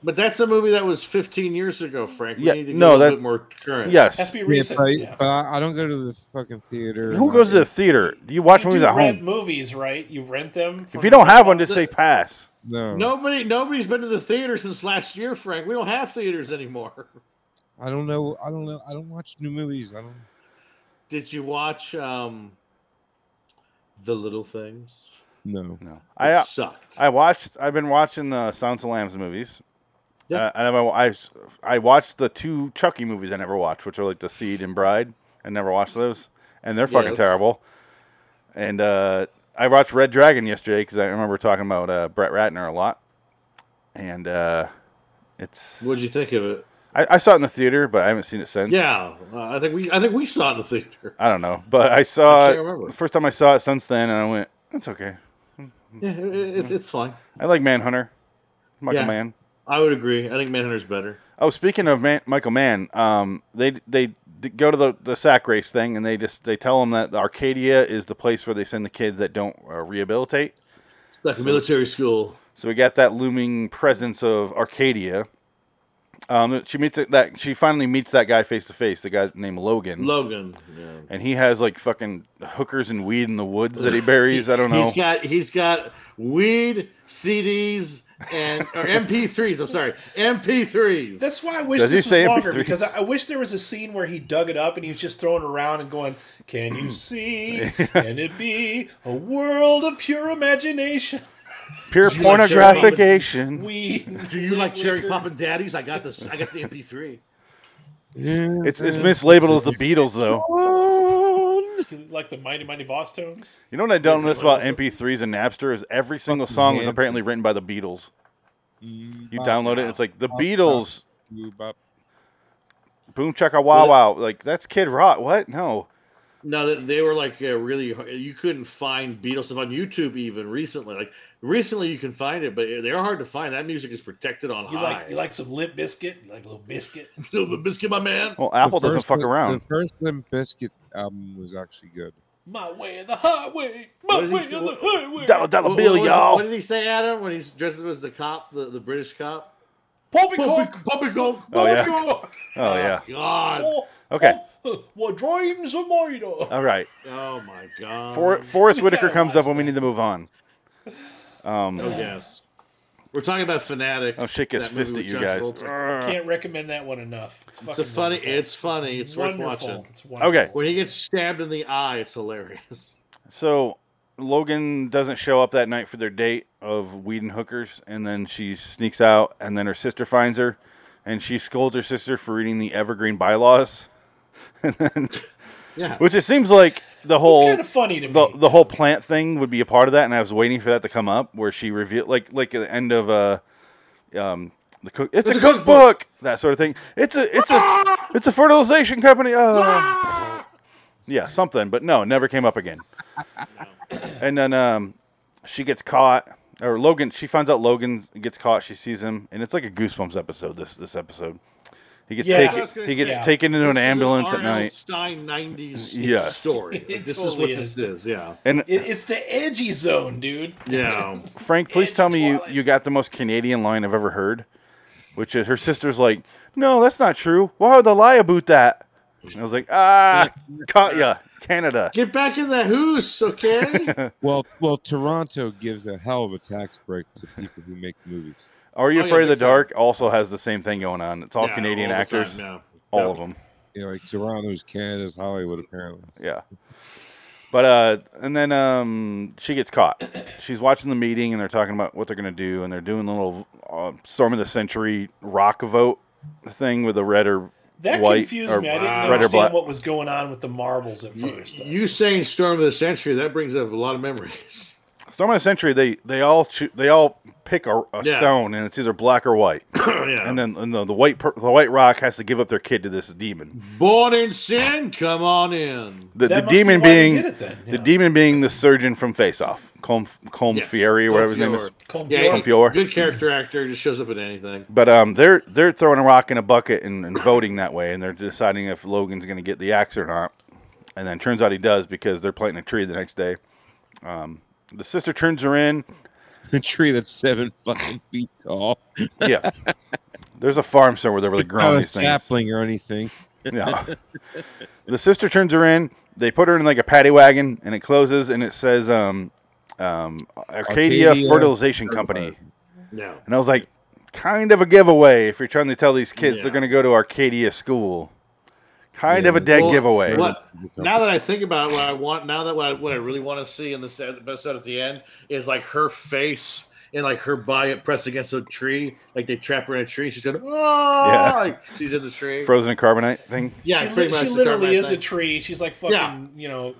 B: But that's a movie that was 15 years ago, Frank. We
A: Yeah,
B: need to get
A: no,
B: a little
A: that-
B: bit more current.
E: Has
A: Yes.
E: to be
F: Yeah,
E: recent.
F: but,
E: yeah.
F: but I I don't go to the fucking theater.
A: Who goes to the theater? Do you watch
E: you
A: movies
E: do
A: at
E: rent
A: home?
E: movies, right? You rent them.
A: If
E: from-
A: you don't have one, just say
B: This-
A: pass.
F: No, no,
B: Nobody, nobody's been to the theater since last year, Frank. We don't have theaters anymore.
F: I don't know. I don't know. I don't watch new movies. I don't.
B: Did you watch um, The Little Things?
F: No,
A: No,
B: It
A: I uh,
B: sucked.
A: I watched. I've been watching the Sounds of Lambs movies.
B: Yeah.
A: Uh, and I, I, I watched the two Chucky movies I never watched, which are like The Seed and Bride. I never watched those, and they're fucking
B: Yes.
A: terrible. And uh, I watched Red Dragon yesterday because I remember talking about uh, Brett Ratner a lot. And uh, it's
B: What'd you think of it?
A: I, I saw it in the theater, but I haven't seen it since.
B: Yeah, uh, I think we, I think we saw it in the theater.
A: I don't know, but I saw
B: I
A: it
B: can't remember.
A: the first time I saw it since then, and I went, "That's okay."
B: Yeah, it- it's it's fine.
A: I like Manhunter, Michael
B: Yeah.
A: Mann.
B: I would agree. I think Manhunter's better.
A: Oh, speaking of Man- Michael Mann, um, they they d- go to the the sack race thing, and they just they tell them that Arcadia is the place where they send the kids that don't uh, rehabilitate.
B: Like a military school.
A: So we got that looming presence of Arcadia. Um, she meets it- that. She finally meets that guy face to face. The guy named Logan.
B: Logan. Yeah.
A: and he has like fucking hookers and weed in the woods that he buries. I don't know.
B: He's got he's got weed, CDs, and or MP3s. I'm sorry, MP3s.
E: That's why I wish
A: Does he
E: this was
A: say
E: longer
A: MP3s?
E: because I I wish there was a scene where he dug it up and he was just throwing it around and going, "Can you see? Can it be a world of pure imagination?
A: Pure
B: you like Jeremy?
A: pornographication.
E: We
B: Do you like cherry
E: liquor.
B: poppin' daddies? I got this. I got the MP3.
F: Yeah,
A: It's it's mislabeled as the Beatles though.
F: Mm,
E: like the mighty mighty boss tones?
A: You know what I don't miss about MP3s and Napster is every single song was
F: Hanson.
A: apparently written by the Beatles. You download it, and it's like the Beatles,
F: Boop-bop.
A: Boom Chaka Wow Wow. Like that's Kid Rock. What? No.
B: No, they- they were like uh, really. hard- You couldn't find Beatles stuff on YouTube even recently. Like recently, you can find it, but eh, they're hard to find. That music is protected on
A: Oh,
E: You
B: high.
E: like you like some lip biscuit? You like a little biscuit?
B: Silver biscuit, my man.
A: Well, Apple
F: The
A: doesn't
F: first
A: fuck
F: Limp-
A: around.
F: The first Limp Biscuit album was actually good.
E: My way of the highway, my
B: What does
E: way
B: he
E: of
B: say-
E: the
B: what-
E: highway.
A: Dollar dollar
B: What-
A: bill,
B: what was-
A: y'all.
B: What did he say, Adam? When he's dressed up as the cop, the, the British cop.
E: Poppycock,
B: Poppycock,
A: Oh, yeah.
B: poppycock.
A: oh yeah.
B: God.
E: oh,
A: Okay.
E: oh, what dreams are mine of.
A: All right.
B: Oh my God.
A: For, Forrest
E: we gotta
A: Whitaker comes up
E: watch
A: when we need to move on. Um,
B: oh yes. We're talking about fanatic.
A: I'll shake his
B: That movie
A: fist at
B: with
A: you
B: John
A: guys.
B: Travolta.
E: Can't recommend that one enough. It's,
B: It's
E: fucking
B: a funny.
E: wonderful.
B: It's funny. It's worth
E: wonderful.
B: watching.
E: It's wonderful.
A: Okay.
B: When he gets stabbed in the eye, it's hilarious.
A: So Logan doesn't show up that night for their date of weed and hookers, and then she sneaks out, and then her sister finds her, and she scolds her sister for reading the Evergreen bylaws, and then
B: Yeah.
A: which it seems like the whole
E: It's kind of funny to me.
A: the, the whole plant thing would be a part of that, and I was waiting for that to come up where she revealed like like at the end of uh um the cook it's, a, cookbook. that sort of thing it's a it's a it's a fertilization company uh, yeah something but no it never came up again and then um she gets caught or Logan she finds out Logan gets caught she sees him and it's like a goosebumps episode this this episode he gets
E: Yeah. I
B: was
A: taken
B: gonna
A: he gets
E: say, yeah.
A: taken into
B: This
A: an
B: is
A: ambulance at
B: R.L.
A: night
B: Stein nineties
A: Yes.
B: story. Like,
E: It
B: this is what
E: totally
B: this is. Yeah.
A: and
E: It- it's the edgy zone, dude.
B: Yeah.
A: Frank, please
E: And
A: tell me you,
E: Twilight
A: you got the most Canadian line I've ever heard, which is her sister's like, "No, that's not true. Why would they lie about that?" And I was like, "Ah, caught ya, Canada."
B: Get back in the hoose, okay?
F: Well, well, Toronto gives a hell of a tax break to people who make movies.
A: Are you
B: Oh, yeah,
A: afraid of the
B: big time.
A: dark? Also has the same thing going on. It's all
B: Yeah,
A: Canadian
B: all the time,
A: actors,
B: yeah.
A: all of them.
F: You know, like Toronto's Canada's Hollywood, apparently.
A: Yeah. But uh, and then um, she gets caught. She's watching the meeting, and they're talking about what they're gonna do, and they're doing a little uh, storm of the century rock vote thing with the red or
E: That
A: white
E: confused
A: or
E: me. I didn't
B: red
A: or
E: understand
A: black.
E: what was going on with the marbles at
B: You,
E: first.
B: you saying Storm of the Century, that brings up a lot of memories.
A: Storm of the Century, they they all choo- they all pick a, a
B: Yeah.
A: stone, and it's either black or white.
B: yeah.
A: And then and the, the white per, the white rock has to give up their kid to this demon.
B: Born in sin, come on in.
A: The,
E: That
A: the
E: must be
A: demon
E: why he
A: being
E: did it then, yeah.
A: the demon being the surgeon from Face Off, Colm Colm
B: Yeah.
A: Fieri or whatever his name is.
B: Confior.
E: Colm
B: Yeah,
E: Fior.
A: Colm Fior.
B: Good character actor, just shows up in anything.
A: But um, they're they're throwing a rock in a bucket and, and voting that way, and they're deciding if Logan's going to get the axe or not. And then turns out he does because they're planting a tree the next day. Um, the sister turns her in.
F: The tree that's seven fucking feet tall.
A: Yeah, there's a farm somewhere they're really growing
F: Not a
A: these things.
F: sapling or anything.
A: Yeah. the sister turns her in. They put her in like a paddy wagon, and it closes, and it says um, um, Arcadia,
F: Arcadia
A: Fertilization Company.
B: No.
A: And I was like, kind of a giveaway if you're trying to tell these kids they're
B: Yeah.
A: going to go to Arcadia school. Kind of a
F: Yeah.
A: dead
B: Well,
A: giveaway.
B: What, now that I think about it, what I want now that what I, what I really want to see in this the best at the end is like her face and like her body pressed against a tree, like they trap her in a tree. She's going, oh,
A: Yeah.
B: like she's in the tree.
A: Frozen in carbonite thing.
B: yeah,
E: she,
B: pretty
E: li- she
B: much the
E: literally
B: Carmine
E: is a
B: thing.
E: tree. She's like fucking,
B: Yeah.
E: you know,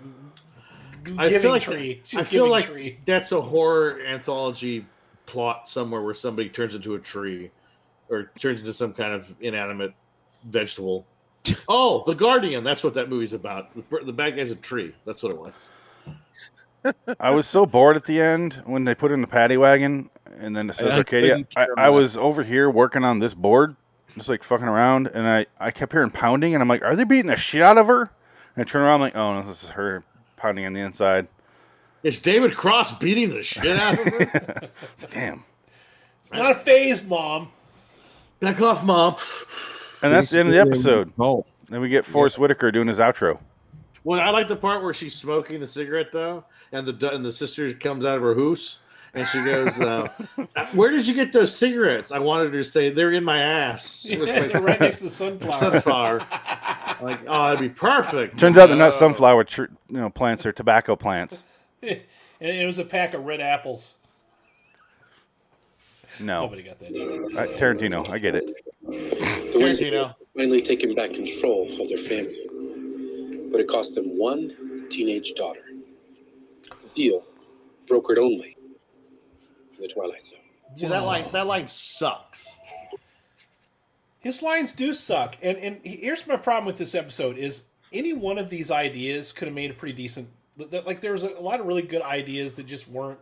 E: g-
B: I
E: giving
B: feel like
E: tree.
B: that-
E: She's
B: I feel
E: giving
B: like
E: tree.
B: that's a horror anthology plot somewhere where somebody turns into a tree or turns into some kind of inanimate vegetable. Oh, The Guardian. That's what that movie's about. The, per- the bad guy's a tree. That's what it was.
A: I was so bored at the end when they put her in the paddy wagon and then it says
F: I
A: Arcadia.
F: couldn't
A: I,
F: care
A: I was over here working on this board, just like fucking around, and I, I kept hearing pounding, and I'm like, are they beating the shit out of her? And I turn around, I'm like, oh, no, this is her pounding on the inside.
B: It's David Cross beating the shit out of her.
A: It's like, Damn.
E: It's not a phase, Mom.
B: Back off, mom.
A: And that's the end of the
F: Basically, it was
A: episode.
F: Bolt.
A: Then we get Forrest Whitaker doing his outro.
B: Well, I like the part where she's smoking the cigarette though, and the and the sister comes out of her hoose and she goes, uh, "Where did you get those cigarettes?" I wanted her to say, "They're in my ass."
E: Yeah, right next to the sunflower.
B: sunflower. like, oh, that'd be perfect.
A: Turns out they're not sunflower tr- you know, plants or tobacco plants.
E: and it was a pack of red apples.
A: No.
E: Nobody got that. joke.
A: Uh, Tarantino, I get it.
H: The Whigs
B: Tarantino.
H: finally taken back control of their family, but it cost them one teenage daughter. A deal brokered only in the Twilight Zone.
B: See that line? That line sucks.
E: His lines do suck, and and he- here's my problem with this episode: is any one of these ideas could have made a pretty decent. th- th- Like there was a lot of really good ideas that just weren't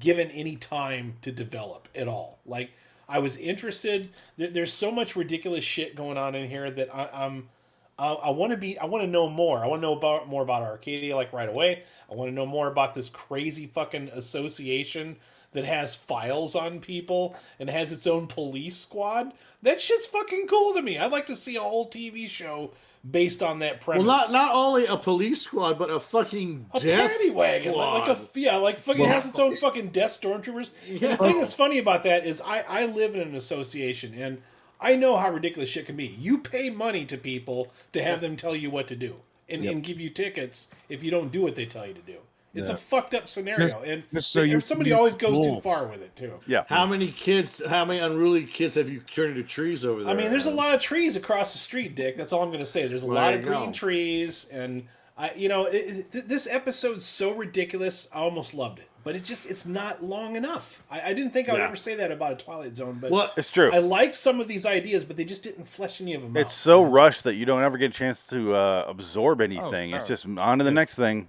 E: given any time to develop at all. Like I was interested. There, there's so much ridiculous shit going on in here that I, I'm. I, I want to be. I want to know more. I want to know about more about Arcadia like right away. I want to know more about this crazy fucking association that has files on people and has its own police squad. That shit's fucking cool to me. I'd like to see a whole TV show based on that
B: Well,
E: premise.
B: not not only a police squad, but a fucking
E: A
B: death
E: paddy wagon, like, like a
B: squad.
E: yeah, like fucking it has its own fucking death stormtroopers. And the thing that's funny about that is I I live in an association and I know how ridiculous shit can be. You pay money to people to have them tell you what to do and, and give you tickets if you don't do what they tell you to do. It's a fucked up scenario,
F: Just-
E: and
F: just so you
E: and somebody
F: can be
E: always goes too
F: cool.
E: far with it too.
A: Yeah.
B: How many kids? How many unruly kids have you turned into trees over there?
E: I mean, there's a lot of trees across the street, Dick. That's all I'm going to say. There's a
B: um, Well,
E: lot
B: there
E: of
B: you
E: green
B: go.
E: trees, and I, you know, it, it, th- this episode's so ridiculous. I almost loved it, but it just it's not long enough. I, I didn't think I would
A: Yeah.
E: ever say that about a Twilight Zone, but
B: Well,
A: It's true.
E: I liked some of these ideas, but they just didn't flesh any of them
A: It's
E: out.
A: so rushed that you don't ever get a chance to uh, absorb anything. It's just on to the next thing.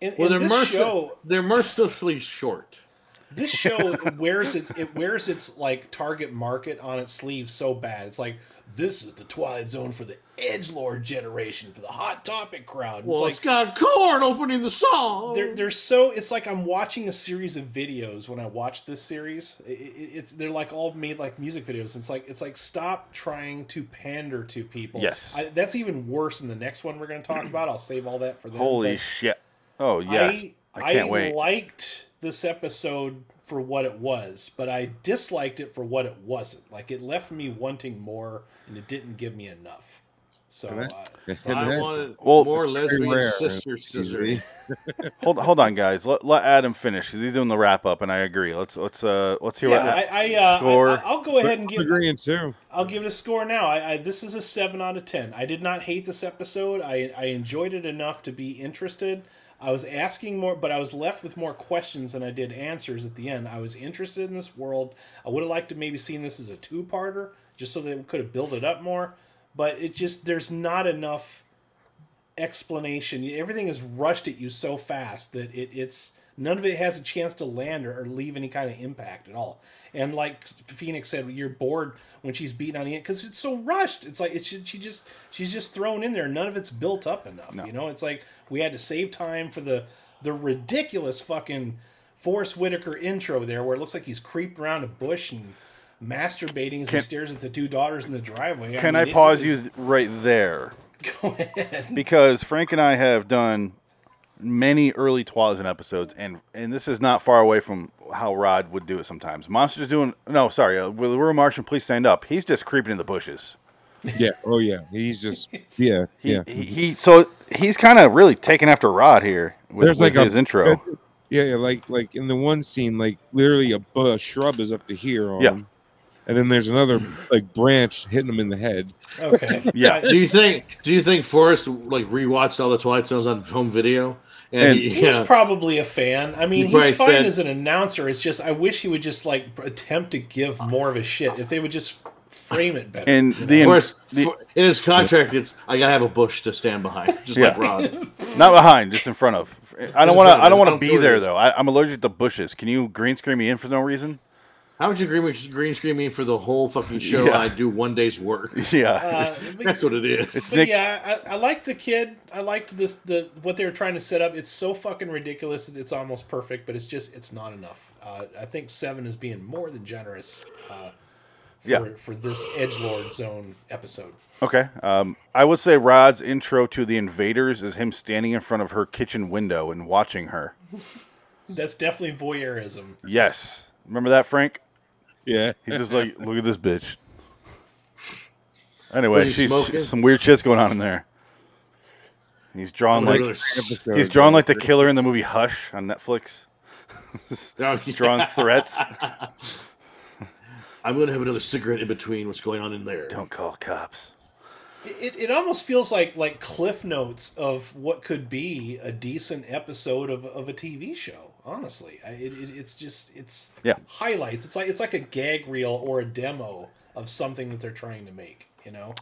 E: In,
B: Well,
E: in
B: they're
E: this
B: mercil-
E: show,
B: they're mercifully short.
E: this show wears its it wears its like target market on its sleeve so bad. It's like this is the Twilight Zone for the edge lord generation, for the hot topic crowd.
B: Well,
E: it's like
B: it's got corn opening the song.
E: they're they're so it's like I'm watching a series of videos when I watch this series. It, it, it's they're like all made like music videos. It's like it's like stop trying to pander to people.
A: Yes.
E: I, that's even worse than the next one we're going to talk about. I'll save all that for then.
A: Holy
E: but
A: shit. Oh, yes. I, can't wait.
E: liked this episode for what it was, but I disliked it for what it wasn't. Like it left me wanting more, and it didn't give me enough. So uh,
B: I wanted
A: Well,
B: more
F: very
B: lesbian
F: rare,
B: sister
F: excuse
B: scissors.
F: me.
A: hold, hold on, guys. Let, let Adam finish 'cause he's doing the wrap up, and I agree. Let's let's uh let's hear
E: yeah,
A: what
E: I, I, uh,
A: Score.
E: I I'll go ahead and
F: I'm
E: give
F: agreeing too.
E: I'll give it a score now. I, I this is a seven out of ten. I did not hate this episode. I I enjoyed it enough to be interested. I was asking more, but I was left with more questions than I did answers at the end. I was interested in this world. I would have liked to maybe seen this as a two-parter, just so that we could have built it up more. But it just there's not enough explanation. Everything is rushed at you so fast that it, it's none of it has a chance to land or, or leave any kind of impact at all. And like Phoenix said, you're bored when she's beating on the end because it's so rushed. It's like it should, she just she's just thrown in there. None of it's built up enough. You know, it's like we had to save time for the the ridiculous fucking Forrest Whitaker intro there, where it looks like he's creeped around a bush and masturbating as he
A: Can-
E: stares at the two daughters in the driveway.
A: Can
E: mean,
A: I
E: it
A: pause
E: was-
A: you right there?
E: Go ahead.
A: because Frank and I have done many early Twilight Zone episodes, and and this is not far away from how Rod would do it sometimes. Monsters doing no, sorry, uh, Will Rue Martian, please stand up. He's just creeping in the bushes.
F: Yeah. Oh yeah. He's just yeah.
A: He,
F: yeah.
A: he, he so he's kind of really taking after Rod here with,
F: There's
A: with
F: like a-
A: his intro.
F: Yeah, yeah, like like in the one scene, like literally a, bu- a shrub is up to here on
A: Yeah.
F: him, and then there's another like branch hitting him in the head.
E: Okay.
A: Yeah.
B: Do you think? Do you think Forrest like rewatched all the Twilight Zones on home video? And,
A: And-
B: he,
E: He was
B: yeah,
E: probably a fan. I mean,
B: He probably
E: he's fine
B: said-
E: as an announcer. It's just I wish he would just like attempt to give more of a shit. If they would just frame it better.
A: And the,
B: Forrest,
A: the
B: For- in his contract, it's I gotta have a bush to stand behind, just like
A: Yeah.
B: Rod.
A: not behind, just in front of. I don't want
B: front
A: to.
B: of
A: I
B: him.
A: don't want to
B: Don't
A: be
B: go
A: there
B: there.
A: though. I, I'm allergic to bushes. Can you green screen me in for no reason?
B: How much green, green screen mean for the whole fucking show?
A: Yeah.
B: I do one day's work.
A: Yeah.
E: Uh,
B: That's what it is.
A: It's
E: but
A: Nick-
E: yeah, I, I liked the kid. I liked this the what they were trying to set up. It's so fucking ridiculous. It's almost perfect, but it's just it's not enough. Uh, I think seven is being more than generous. Uh, for,
A: Yeah.
E: for this edge lord zone episode.
A: okay. Um, I would say Rod's intro to the invaders is him standing in front of her kitchen window and watching her.
E: That's definitely voyeurism.
A: Yes. Remember that, Frank?
F: Yeah.
A: He's just like, look at this bitch. Anyway,
B: Was he
A: she's,
B: smoking?
A: she's- some weird shit's going on in there. He's drawn
B: Oh,
A: like
B: there's-
A: he's drawn like the killer in the movie Hush on Netflix.
B: Oh, yeah.
A: Drawn threats.
B: I'm gonna have another cigarette in between. What's going on in there?
A: Don't call cops.
E: It, it almost feels like like cliff notes of what could be a decent episode of, of a TV show. Honestly, I, it, it, it's just it's
A: Yeah.
E: highlights. It's like it's like a gag reel or a demo of something that they're trying to make. You know,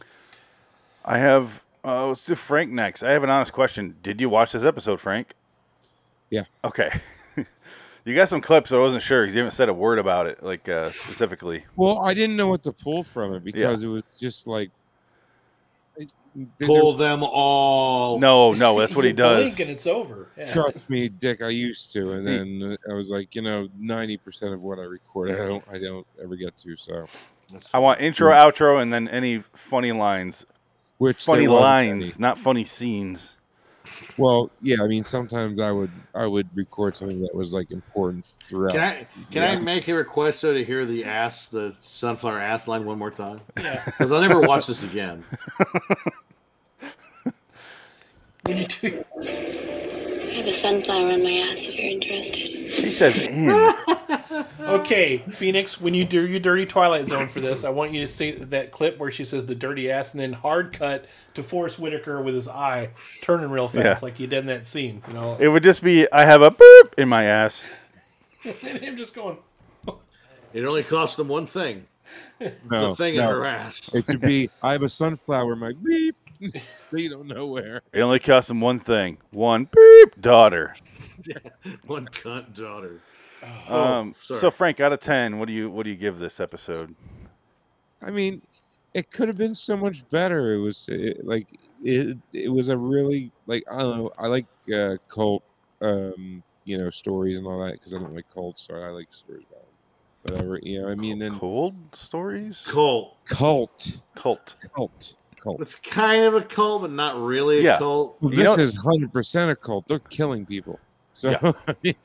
A: I have. Uh, let's do Frank next. I have an honest question. Did you watch this episode, Frank?
F: Yeah.
A: Okay. you got some clips, but I wasn't sure because you haven't said a word about it, like uh, specifically.
F: Well, I didn't know what to pull from it because it was just like. it- they're-
B: Pull them all.
A: No, no, that's what he
E: You
A: does.
E: Blink and it's over. Yeah.
F: Trust me, Dick. I used to, and then I was like, you know, ninety percent of what I record, I don't, I don't ever get to. So,
A: I want intro, outro, and then any funny lines.
F: which there
A: Funny
F: wasn't
A: lines, not funny scenes.
F: any. Well, yeah. I mean, sometimes I would, I would record something that was like important throughout.
B: Can I can I
F: Yeah.
B: make a request though to hear the ass the sunflower ass line one more time?
E: Yeah.
B: Because I'll never watch this again.
E: When you do,
G: I have a sunflower on my ass if you're interested.
A: She says, "In."
E: okay, Phoenix, when you do your dirty Twilight Zone for this, I want you to see that clip where she says the dirty ass, and then hard cut to Forrest Whitaker with his eye turning real fast,
A: Yeah.
E: like he did in that scene. You know,
A: it would just be, "I have a boop in my ass."
E: and him just going.
B: It only costs them one thing.
F: No,
A: Oh,
B: the thing
F: no.
B: in her ass.
F: It should be. I have a sunflower. My beep. they don't know where.
A: It only costs them one thing: one boop daughter.
B: One cunt daughter.
F: Oh,
A: um,
B: sorry.
A: so, Frank, out of ten, what do you what do you give this episode?
F: I mean, it could have been so much better. It was it, like it. It was a really like I don't know. I like uh, cult, um, you know, stories and all that because I don't like cults, so I like stories about them. whatever. You know, I mean, and
A: cold stories,
B: Cult.
F: cult,
A: cult.
F: cult, cult.
B: It's kind of a cult, but not really a
A: Yeah.
B: cult.
F: Well,
A: You
F: this
A: know-
F: is hundred percent a cult. They're killing people. So I mean,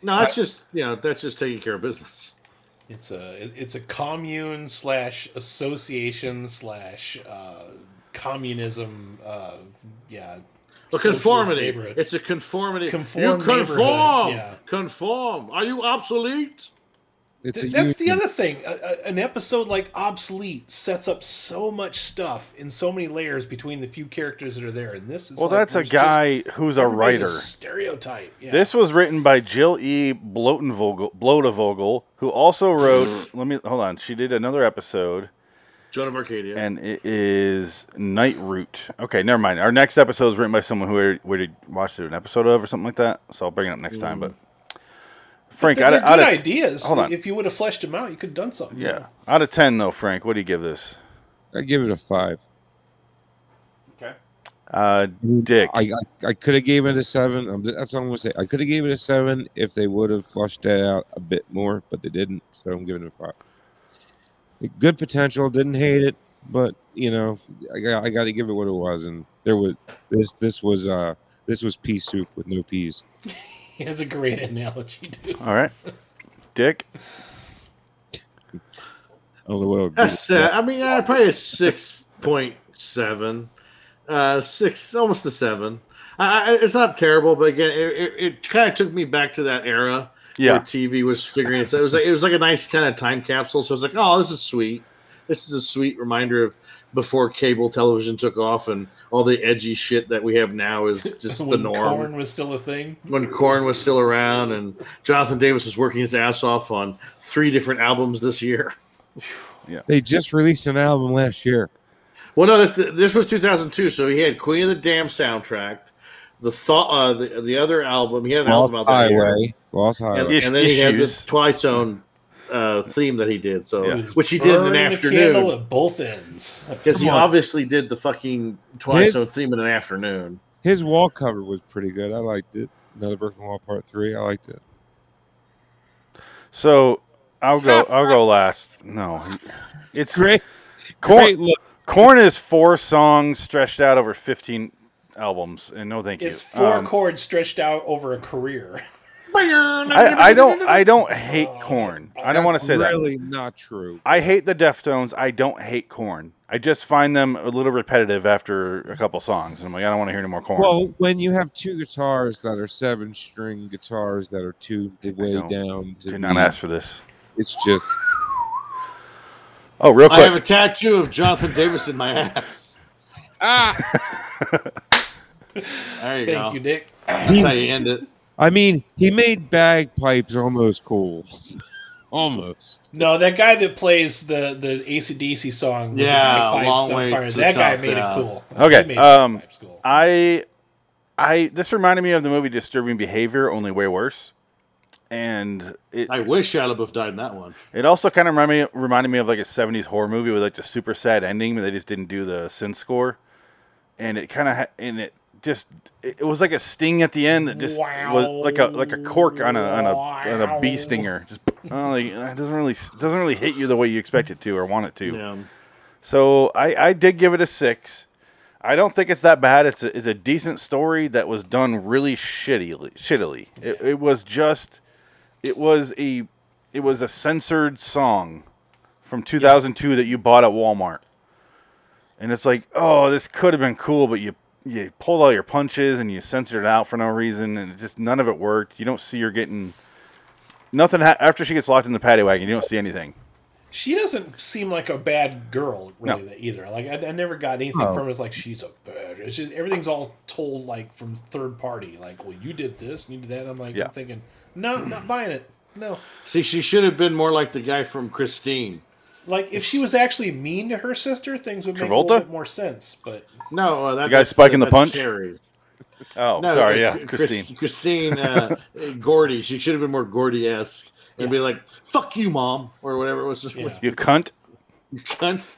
B: No, that's just you know, that's just taking care of business.
E: It's a it- it's a commune slash association slash uh, communism. Uh, yeah,
B: A
E: socialist
B: conformity.
E: neighborhood.
B: It's a conformity.
E: Conform
B: you conform.
E: neighborhood, yeah.
B: Conform. Are you obsolete?
F: it's
E: Th-
F: a
E: that's the
F: union.
E: other thing. A, a, an episode like Obsolete sets up so much stuff in so many layers between the few characters that are there, and this is
A: Well,
E: like,
A: that's a
E: there's
A: guy who's a
E: just- everybody's
A: writer.
E: stereotype. Yeah.
A: This was written by Jill E. Blotenvogel, Blotenvogel, who also wrote.
E: Mm.
A: let me hold on. She did another episode,
B: Joan of Arcadia.
A: and it is Night Root. Okay, never mind. Our next episode is written by someone who we already watched an episode of or something like that. So I'll bring it up next time. But Frank,
E: Mm. They're
A: out of,
E: good
A: out of
E: ideas.
A: hold on.
E: If you would have fleshed them out, you could have done something.
A: yeah, out of ten though, Frank, what do you give this?
F: I give it a five.
A: Okay. Uh, Dick.
F: I I, I could have gave it a seven. I'm, that's what I'm gonna say. I could have gave it a seven if they would have flushed that out a bit more, but they didn't. So I'm giving it a five. Good potential. Didn't hate it, but you know, I got I got to give it what it was, and there was this this was uh this was pea soup with no peas.
E: It's a great analogy, dude.
A: All right, Dick.
F: I don't know what. I would give
B: That's
F: it.
B: sad. I mean, uh, probably a six point seven, uh, six, almost the seven. I, I, it's not terrible, but again, it, it, it kind of took me back to that era where
A: Yeah.
B: TV was figuring it. So it was like it was like a nice kind of time capsule. So I was like, oh, this is sweet. This is a sweet reminder of before cable television took off and all the edgy shit that we have now is just the
E: When
B: norm
E: Corn was still a thing.
B: when Korn was still around and Jonathan Davis was working his ass off on three different albums this year.
F: They just released an album last year.
B: Well, no, this, this was 2002, so he had Queen of the Damn soundtrack, the thought, uh, the, the other album. He had an
F: Lost
B: album out that year,
F: Highway. Lost Highway.
B: and, and then he had the
A: Issues.
B: Twilight Zone uh, theme that he did. So,
A: Yeah.
B: which he did in an
E: Burning the candle
B: afternoon
E: at both ends.
B: because he
F: Come on.
B: obviously did the fucking Twilight
F: His-
B: Zone theme in an afternoon.
F: His wall cover was pretty good. I liked it. Another Broken Wall Part Three. I liked it.
A: So I'll go. I'll go last. No, it's
F: Great,
A: Corn.
F: great look.
A: Corn is four songs stretched out over fifteen albums, and no, thank
E: It's
A: you.
E: four
A: Um,
E: chords stretched out over a career.
A: I, I don't. I don't hate Corn. I don't want to say that.
F: Really not true.
A: I hate the Deftones. I don't hate Corn. I just find them a little repetitive after a couple songs, and I'm like, I don't want to hear any more Corn.
F: Well, when you have two guitars that are seven string guitars that are tuned way
A: don't-
F: down to
A: Do not
F: be-
A: ask for this.
F: It's just
A: Oh, real
B: I have
A: quick.
B: a tattoo of Jonathan Davis in my ass.
F: ah.
B: There you go.
E: Thank you, Dick.
B: That's how you end it.
F: I mean, he made bagpipes almost cool. almost.
E: No, that guy that plays the the ACDC song. with the
B: Yeah,
E: bagpipes
B: Long
E: on
B: Way
E: fire,
B: to uh,
E: That
B: the
E: guy
B: Top,
E: made
B: yeah.
E: it cool.
A: Okay,
E: He made
A: um,
E: bagpipes cool.
A: I, I. This reminded me of the movie Disturbing Behavior, only way worse. And it,
B: I wish Shia LaBeouf died in that one.
A: It also kind of reminded me, reminded me of like a 70s horror movie with like the super sad ending, but they just didn't do the sin score. And it kind of ha- and it just it it was like a sting at the end that just was like a like a cork on a on a on a bee stinger. Just I don't like, it doesn't really it doesn't really hit you the way you expect it to or want it to.
B: Yeah.
A: So I I did give it a 6. I don't think it's that bad. It's a, it's a decent story that was done really shittily. Shittily. It, it was just it was a it was a censored song from 2002 that you bought at Walmart. And it's like, "Oh, this could have been cool, but you you pulled all your punches and you censored it out for no reason and it just none of it worked. You don't see her getting nothing ha- after she gets locked in the paddy wagon. You don't see anything.
E: She doesn't seem like a bad girl, really, either. Like I, I never got anything
F: No.
E: from her. It's like she's a bad. It's just everything's all told like from third party. Like, well, you did this, and you did that. I'm like,
A: Yeah.
E: I'm thinking, no, not buying it. No,
B: See, she should have been more like the guy from Christine.
E: like if she was actually mean to her sister, things would make a
A: Travolta?
E: little bit more sense. But
B: No, uh, that
A: The guy
B: that's-
A: spiking the
B: that's
A: punch?
B: Carrie.
A: Oh,
B: No,
A: sorry,
B: uh,
A: yeah,
B: Chris-
A: Christine.
B: Christine uh, Gordy. She should have been more Gordy esque and be like, "Fuck you, mom," or whatever it was.
E: Yeah.
A: You cunt.
B: You cunts.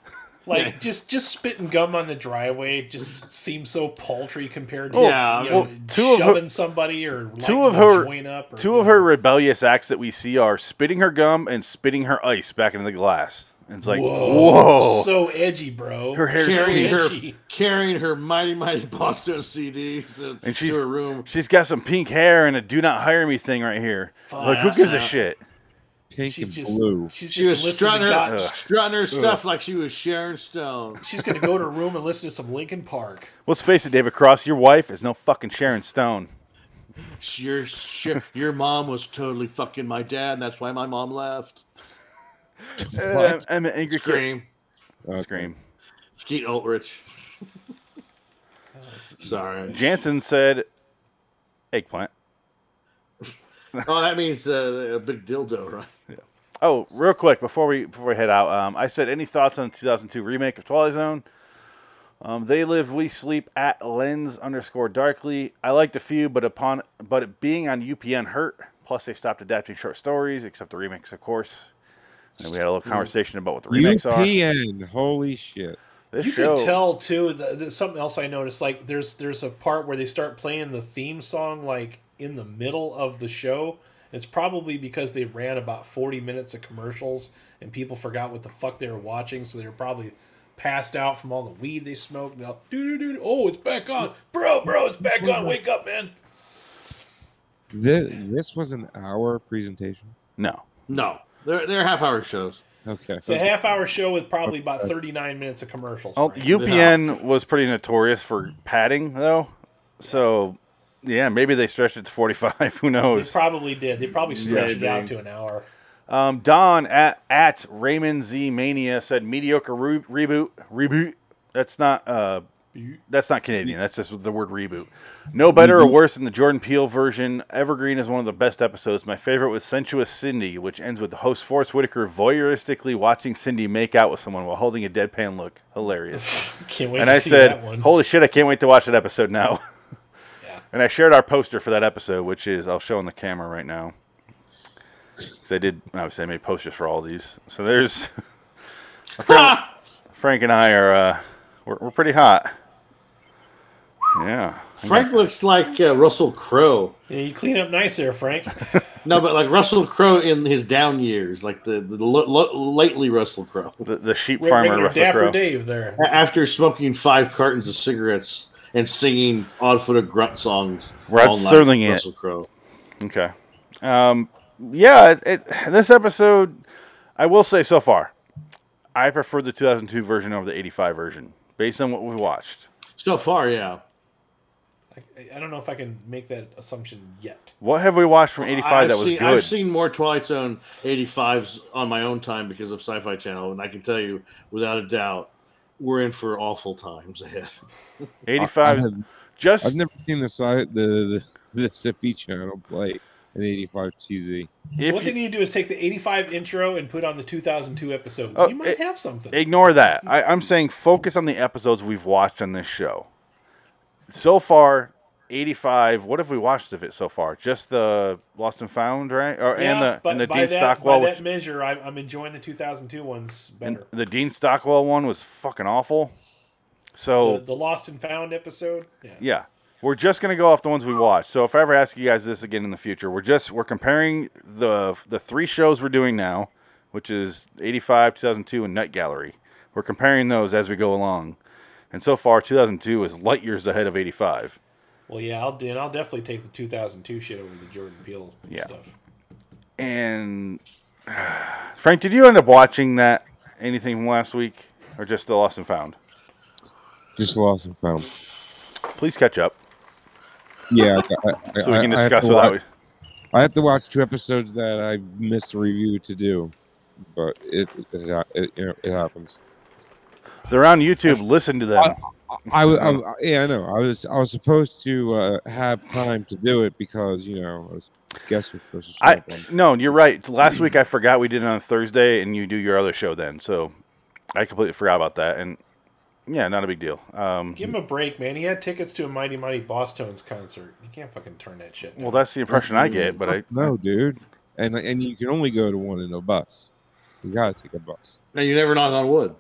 E: like
B: Yeah.
E: just just spitting gum on the driveway just seems so paltry compared to
B: Well, Yeah,
E: you know,
A: Oh, well, two of her-
E: shoving somebody or
A: two
E: lighting
A: of
E: a
A: her-
E: joint up or,
A: Two of her rebellious acts that we see are spitting her gum and spitting her ice back into the glass. And it's like, whoa.
E: so edgy, bro.
A: her hair's
B: Carrying her,
E: itchy.
B: carrying her mighty, mighty Boston CDs and,
A: And she's-
B: to her room.
A: She's got some pink hair and a do not hire me thing right here. like, who gives a shit?
F: Pink
E: She's
F: and
E: just
F: blue.
E: she's
B: She was
E: just listening
B: strutting
E: to
B: her,
E: God.
A: Ugh.
B: strutting her stuff like she was Sharon Stone.
E: She's gonna go to her room and listen to some Linkin Park.
A: Let's face it, David Cross, your wife is no fucking Sharon Stone.
B: She- Your she- your mom was totally fucking my dad, and that's why my mom left.
A: Uh, I'm an angry kid.
B: Scream,
F: Okay.
A: Scream.
B: Skeet Ulrich.
E: Oh,
B: Sorry.
A: Jansen said, eggplant.
B: Oh, that means uh, a big dildo, right?
A: Oh, real quick before we before we head out, um, I said any thoughts on the 2002 remake of Twilight Zone? Um, they live, we sleep at lens underscore darkly. I liked a few, but upon but it being on UPN hurt. Plus, they stopped adapting short stories, except the remakes, of course. And we had a little conversation about what the remakes are.
F: UPN. Holy shit.
A: This
E: You
A: show,
E: can tell too. The, the, something else I noticed, like there's there's a part where they start playing the theme song like in the middle of the show. It's probably because they ran about forty minutes of commercials and people forgot what the fuck they were watching, so they were probably passed out from all the weed they smoked. And all, dude, dude, oh, it's back on, bro, bro, it's back on. Wake up, man.
F: This, this was an hour presentation.
A: no,
B: No, they're they're half hour shows.
F: Okay.
E: It's a half hour show with probably about thirty nine minutes of commercials.
A: Oh,
E: Frank.
A: UPN was pretty notorious for padding though, so yeah, maybe they stretched it to 45. Who
E: They
A: knows?
E: probably did. They probably stretched
B: Yeah,
E: it
B: dude.
E: out to an hour.
A: Um, Don at, at Raymond Z Mania said mediocre re- reboot reboot. That's not uh, that's not Canadian. That's just the word reboot. No better or worse than the Jordan Peele version. Evergreen is one of the best episodes. My favorite was Sensuous Cindy, which ends with the host Forrest Whitaker voyeuristically watching Cindy make out with someone while holding a deadpan look. Hilarious.
E: Can't wait
A: and
E: to
A: I
E: see that
A: said,
E: one.
A: "Holy shit! I can't wait to watch that episode now."
E: Yeah.
A: And I shared our poster for that episode, which is I'll show on the camera right now. Because I did, obviously, I made posters for all these. So there's Frank, Frank and I are, uh, we're, we're pretty hot. Yeah.
B: Frank looks like uh, Russell Crowe.
E: Yeah, you clean up nice there, Frank.
B: No, but like Russell Crowe in his down years, like the, the lo- lo- lately Russell Crowe.
A: The, the sheep
E: Re-
A: farmer,
E: regular
A: Russell
E: Dapper
A: Crowe.
E: Dave there.
B: A- After smoking five cartons of cigarettes and singing odd footed grunt songs,
A: Rod
B: all night,
A: Serling it.
B: Russell Crowe.
A: Okay. Um, yeah, it, it, this episode, I will say so far, I prefer the 2002 version over the 85 version based on what we watched.
B: So far, yeah.
E: I, I don't know if I can make that assumption yet.
A: What have we watched from 85
B: I've
A: that was
B: seen,
A: good?
B: I've seen more Twilight Zone 85s on my own time because of Sci Fi Channel, and I can tell you without a doubt, we're in for awful times ahead.
A: 85,
F: have,
A: just
F: I've never seen the side the the, the Sippy channel play an 85 cheesy.
E: So
A: If
E: what
A: you-
E: they need to do is take the 85 intro and put on the 2002 episodes.
A: Oh,
E: you might
A: it-
E: have something.
A: ignore that. I, I'm saying focus on the episodes we've watched on this show. So far, 85. What have we watched of it so far? Just the Lost and Found, right? Or and the
E: but
A: and the
E: by
A: Dean
E: that,
A: Stockwell.
E: By
A: Which,
E: that measure, I'm, I'm enjoying the 2002 ones
A: and
E: better.
A: the Dean Stockwell one was fucking awful. So
E: The, the Lost and Found episode. Yeah.
A: yeah, we're just gonna go off the ones we watched. So if I ever ask you guys this again in the future, we're just we're comparing the the three shows we're doing now, which is 85, 2002, and Night Gallery. We're comparing those as we go along, and so far 2002 is light years ahead of 85.
E: Well, yeah, I'll and I'll definitely take the 2002 shit over the Jordan Peele
A: Yeah.
E: stuff.
A: And Frank, did you end up watching that anything from last week, or just the Lost and Found?
F: Just lost and found.
A: Please catch up
F: Yeah, I, I,
A: so we can
F: I- I have
A: discuss
F: to
A: without.
F: watch- I have to watch two episodes that I missed a review to do, but it it, ha- it, you know, it happens.
A: They're on YouTube. Listen to them.
F: I, w- I w- yeah, I know. I was I was supposed to uh, have time to do it because you know I was guess we're supposed to show
A: I
F: up on.
A: no, you're right. Last week I forgot we did it on Thursday, and you do your other show then. So I completely forgot about that. And yeah, not a big deal. Um,
E: Give him a break, man. He had tickets to a Mighty Mighty Boss Tones concert. You can't fucking turn that shit.
A: well, that's the impression I get, but I
F: No, dude, and and you can only go to one in a bus. You gotta take a bus.
B: And you never knock on wood.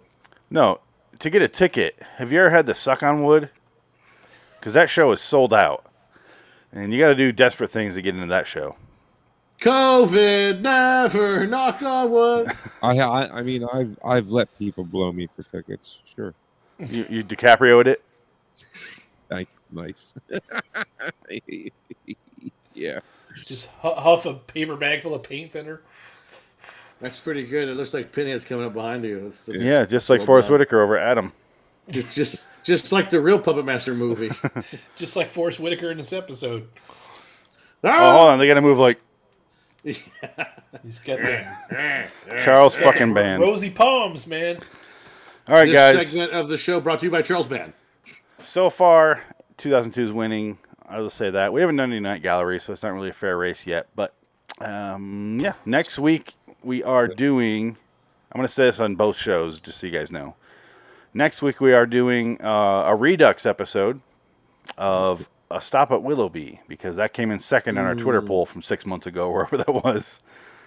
A: no to get a ticket. Have you ever had the suck on wood? Because that show is sold out, and you got to do desperate things to get into that show.
B: COVID never knock on wood.
F: I I, I mean I've I've let people blow me for tickets. Sure,
A: You, you DiCaprio'd it.
F: Thank- nice. yeah.
E: Just hu- huff a paper bag full of paint thinner.
B: That's pretty good. It looks like Pinhead's coming up behind you. That's, that's
A: Yeah, just like
B: sold
A: Forrest
B: out.
A: Whitaker over Adam.
B: Just, just, just like the real Puppet Master movie.
E: Just like Forrest Whitaker in this episode.
A: Oh,
B: Ah!
A: hold on, they got to move like
E: He's got the
A: Charles fucking Band. All
E: rosy palms, man.
A: right,
B: this
A: guys.
B: segment of the show brought to you by Charles Band.
A: So far, 2002 is winning. I will say that. We haven't done any night gallery, so it's not really a fair race yet. But um, yeah, next week we are doing. I'm going to say this on both shows, just so you guys know. Next week we are doing uh, a Redux episode of a stop at Willoughby because that came in second on our Twitter poll from six months ago, wherever that was.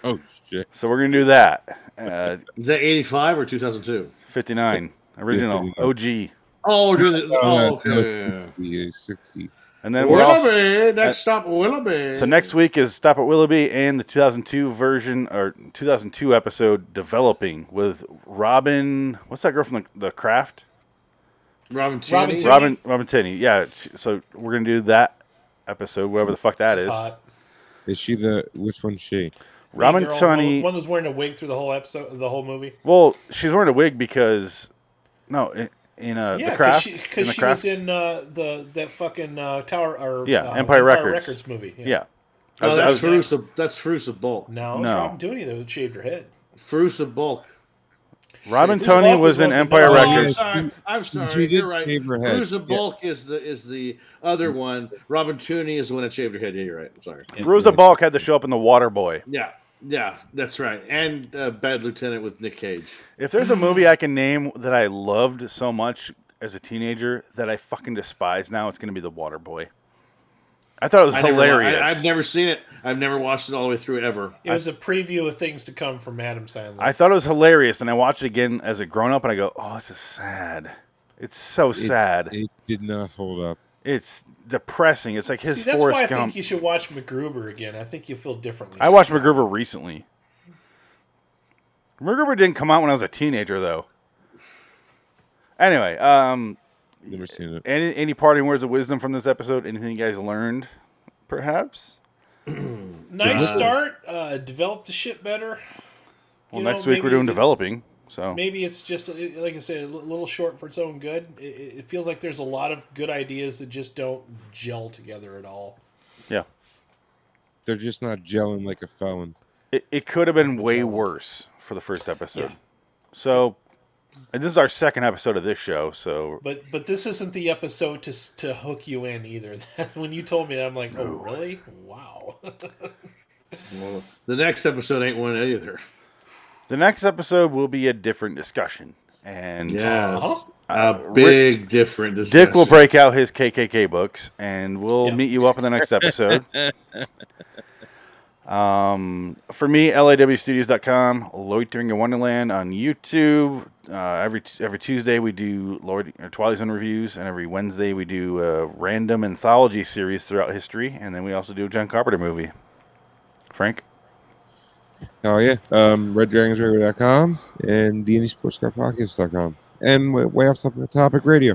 F: Oh shit.
A: So we're going to do that. Uh,
B: Is that 85 or 2002?
A: 59 original
F: 59.
A: OG,
B: Oh, we're doing the. Oh,
F: Uh,
B: okay.
F: yeah, 60.
A: and then we're also uh,
B: Willoughby, next stop Willoughby.
A: So next week is Stop at Willoughby and the 2002 version or 2002 episode developing with Robin. What's that girl from the, the Craft?
B: Robin Tierney.
E: Robin Tierney.
A: Robin Robin Tinney. Yeah. she- So we're gonna do that episode, whatever the fuck that
E: It's
A: is.
E: hot.
F: Is she the which one's she?
A: Robin
E: Girl,
A: Tierney.
E: One was wearing a wig through the whole episode, the whole movie.
A: Well, she's wearing a wig because no, in, in uh,
E: Yeah,
A: the
E: because
A: Craft.
E: she,
A: in
E: 'cause
A: the
E: she
A: craft.
E: was in uh, the that fucking uh, Tower or
A: Yeah,
E: uh,
A: Empire Records.
E: movie. Yeah.
A: yeah. I
E: Oh,
B: No,
A: was- I
B: that's
A: was-
B: Ferusa. That's Ferusa Bulk.
E: No, it's
A: No.
E: Robin Dooney though that shaved her head.
B: Ferusa Bulk.
A: Robin
E: Who's
A: Tierney
E: Walt-
A: was in
E: Walt-
A: Empire
B: Oh,
F: Walt-
A: Records.
F: Walt-
B: I'm sorry. I'm sorry.
F: she did
B: you're right.
F: shave her head.
B: Who's the
F: Yeah.
B: bulk is the is the other one. Robin Tooney is the one that shaved her head. Yeah, you're right. I'm sorry.
A: Rosa Balk had to show up in The Water Boy.
B: Yeah, yeah, that's right. And uh, Bad Lieutenant with Nick Cage.
A: If there's a movie I can name that I loved so much as a teenager that I fucking despise now, it's going to be The Water Boy. I thought it was
B: I never,
A: hilarious.
B: I, have never seen it. I've never watched it all the way through ever.
E: It was a preview of things to come from Adam Sandler.
A: I thought it was hilarious, and I watched it again as a grown up, and I go, "Oh, this is sad. It's so sad.
F: It did not hold up.
A: it's depressing. It's like his
E: See, that's why
A: Forrest
E: I
A: Gump."
E: think you should watch MacGruber again. I think you feel differently.
A: I watched MacGruber recently. MacGruber didn't come out when I was a teenager, though. Anyway, um,
F: Never seen it.
A: any any parting words of wisdom from this episode? Anything you guys learned, perhaps?
E: Nice start. Uh, developed the shit better.
A: Well,
E: You
A: next
E: know,
A: week we're
E: maybe-
A: doing developing, so
E: Maybe it's just uh, like I said, a li- little short for its own good. It, it it feels like there's a lot of good ideas that just don't gel together at all.
A: yeah,
F: They're just not gelling like a felon.
A: it, it could have been way worse for the first episode. So, and this is our second episode of this show, so
E: But but this isn't the episode to s- to hook you in either. when you told me that, I'm like, oh really? Wow.
B: The next episode ain't one either.
A: the next episode will be a different discussion. And
B: Yes,
A: Uh,
B: a big different.
A: Dick will
B: discussion.
A: break out his KKK books, and we'll
E: Yep.
A: meet you up in the next episode. um, for me, lawstudios.com, Loitering in Wonderland on YouTube. Uh, every every Tuesday we do Lord or Twilight Zone reviews, and every Wednesday we do a random anthology series throughout history, and then we also do a John Carpenter movie. Frank,
F: Oh yeah, um, reddragonsradio.com and e dndsportscarpodcast.com and Way- way off Top- topic radio.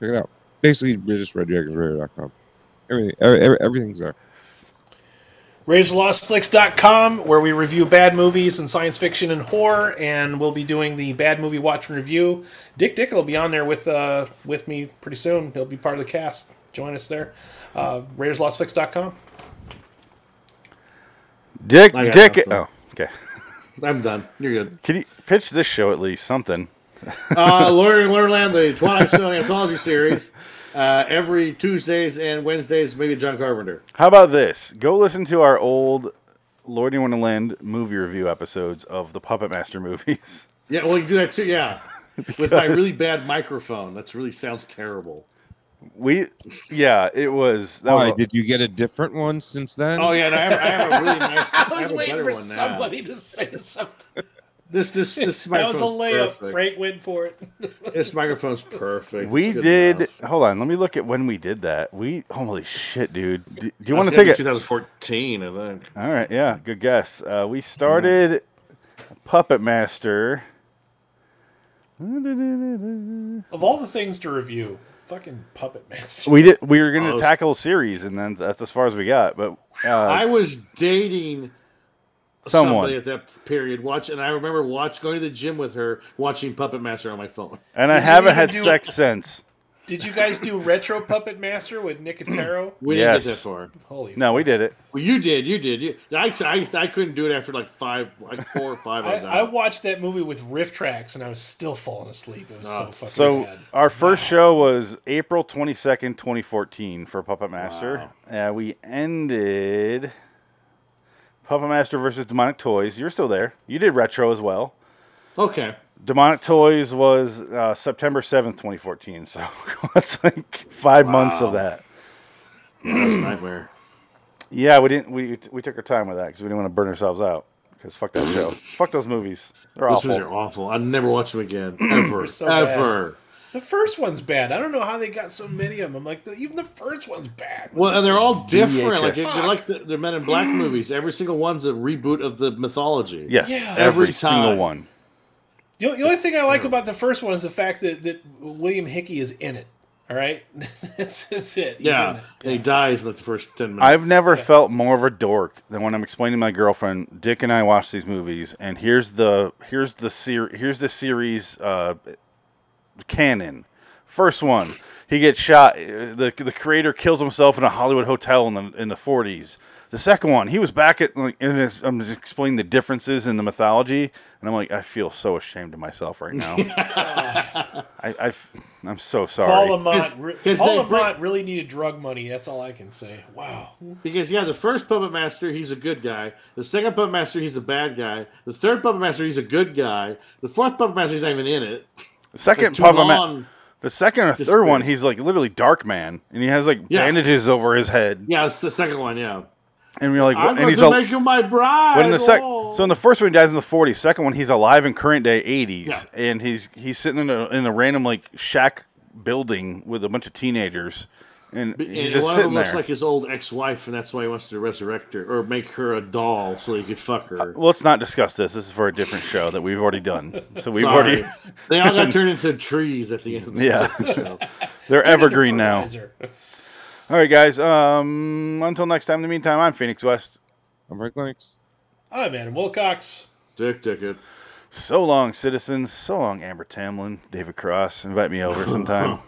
F: Check it out. Basically, we're just reddragonsradio.com. Everything, every, every- everything's there.
E: RaiseLostFlix.com, where we review bad movies and science fiction and horror, and we'll be doing the bad movie watch and review. Dick Dickett will be on there with uh, with me pretty soon. He'll be part of the cast. Join us there. Uh, RaidersLostFlix.com.
A: Dick,
B: I got
A: Dick.
B: nothing.
A: Oh, okay.
B: I'm done. You're good.
A: Can you pitch this show at least something?
B: Uh, Learning Wonderland, the Twilight Zone anthology series, uh, every Tuesdays and Wednesdays. Maybe John Carpenter.
A: How about this? Go listen to our old Lord in Wonderland movie review episodes of the Puppet Master movies.
B: Yeah, well, you can do that too. Yeah, with my really bad microphone. That's really sounds terrible.
A: We, yeah, it was. That
F: Why
A: was-
F: did you get a different one since then?
B: Oh yeah, and I have, I have a really nice.
E: I
B: have
E: was
B: a
E: waiting
B: better
E: for
B: one now.
E: somebody to say something.
B: This this this
E: That was
B: microphone's
E: a layup.
B: perfect.
E: Frank went for it.
B: This microphone's perfect.
A: we
B: It's good
A: did.
B: enough.
A: Hold on, let me look at when we did that. We holy shit, dude. Do, do you want
B: That's
A: to take
B: gotta be
A: it?
B: 2014, I think.
A: All right, yeah, good guess. Uh, we started Puppet Master.
E: Of all the things to review, fucking Puppet Master.
A: We did. We were going to
B: Oh.
A: tackle series, and then that's as far as we got. But uh,
B: I was dating
A: Someone.
B: somebody at that period. Watch, and I remember watch going to the gym with her, watching Puppet Master on my phone.
A: and I
E: Did you
A: haven't
E: even
A: had
E: do-
A: sex since.
E: Did you guys do Retro Puppet Master with Nicotero?
B: We didn't
A: Yes.
B: get that far.
E: Holy
A: No, we did it.
B: Well, you did, you did. You, I, I, I couldn't do it after like five, like four or five.
E: I,
B: hours.
E: I watched that movie with riff tracks and I was still falling asleep. It was so
B: Oh,
E: fucking
A: So
E: bad.
A: our first show was April twenty second, twenty fourteen, for Puppet Master. Uh, we ended Puppet Master versus Demonic Toys. You're still there. You did retro as well.
B: okay,
A: Demonic Toys was uh, September seventh, twenty fourteen. So that's like five months of
B: Wow.
A: that.
B: that was a nightmare.
A: Yeah, we didn't. We we took our time with that because we didn't want to burn ourselves out. Because fuck that show. fuck those movies. They're
B: Those
A: awful.
B: movies are awful. I'd never watch them again, ever,
E: so bad.
B: ever.
E: the first one's bad. I don't know how they got so many of them. I'm like, the, even the first one's bad.
B: Well, and they're all different. Like
A: VHS.
B: they're like the, the Men in Black movies. Every single one's a reboot of the mythology.
A: Yes,
E: Yeah.
A: every
B: Every
A: single
B: time.
A: one.
E: the, the only thing I like about the first one is the fact that, that William Hickey is in it. All right, that's that's it. He's
B: yeah.
E: in it.
B: And he dies in like the first ten minutes.
A: I've never felt more of a dork than when I'm explaining to my girlfriend. Dick and I watch these movies, and here's the here's the ser- here's the series uh, canon. First one, he gets shot. uh, the The creator kills himself in a Hollywood hotel in the in the 40s. The second one, he was back at like, and it's, I'm just explaining the differences in the mythology, and I'm like, I feel so ashamed of myself right now. I, I am so sorry.
E: Paul Lamont,
B: Because-
E: re-
B: because
E: Paul
B: they
E: Lamont really needed drug money. That's all I can say. Wow.
B: Because yeah, the first puppet master, he's a good guy. The second puppet master, he's a bad guy. The third puppet master, he's a good guy. The fourth puppet master, he's not even in it.
A: Second
B: Like,
A: puppet ma-
B: Toulon-
A: the The second or
B: Just
A: third one,
B: weird.
A: he's like literally Dark Man, and he has like
B: Yeah.
A: bandages over his head,
B: Yeah, it's the second one. Yeah,
A: and you're like,
B: I'm
A: and
B: going
A: he's
B: to
A: al-
B: make you my bride.
A: But in the sec,
B: oh.
A: so in the first one, he dies in the 40s. Second one, he's alive in current day 80s,
B: Yeah.
A: and he's he's sitting in a in a random like shack building with a bunch of teenagers, and
B: B-
A: he's
B: and
A: just
B: one of
A: sitting
B: them
A: there.
B: looks like his old ex-wife, and that's why he wants to resurrect her or make her a doll so he could fuck her.
A: well, let's not discuss this. This is for a different show that we've already done. So we've
B: Sorry.
A: already
B: they all got turned into trees at the end. Of the
A: Yeah.
B: show.
A: they're evergreen now.
E: Fertilizer.
A: All right, guys. Um, until next time. In the meantime, I'm Phoenix West.
F: I'm Frank Lennox.
E: I'm Adam Wilcox.
B: Dick ticket.
A: So long, citizens. So long, Amber Tamlin, David Cross. Invite me over sometime.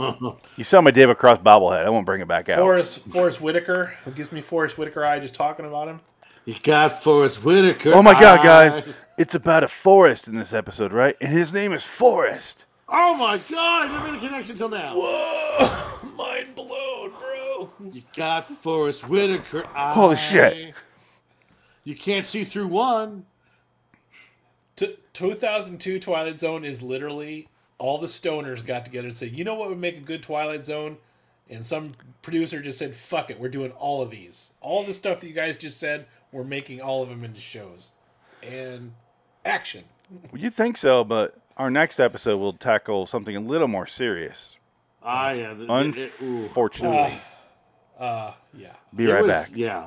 A: you saw my David Cross bobblehead. I won't bring it back out.
E: Forrest Forrest Whitaker. Who gives me Forrest Whitaker eye just talking about him?
B: You got Forrest Whitaker.
A: Oh my god, guys.
B: I-
A: It's about a forest in this episode, right? And his name is Forest.
B: Oh my god! I never made a connection till now.
E: Whoa! Mind blown, bro.
B: You got Forrest Whitaker. I...
A: Holy shit.
B: You can't see through one.
E: T- 2002 Twilight Zone is literally all the stoners got together and said, you know what would make a good Twilight Zone? And some producer just said, fuck it, we're doing all of these. All the stuff that you guys just said, we're making all of them into shows. And action.
A: You'd think so, but our next episode will tackle something a little more serious.
B: I am. it- it- ooh.
A: Unfortunately.
E: Uh, yeah.
A: Be
B: It
A: right
B: was-
A: back.
B: Yeah.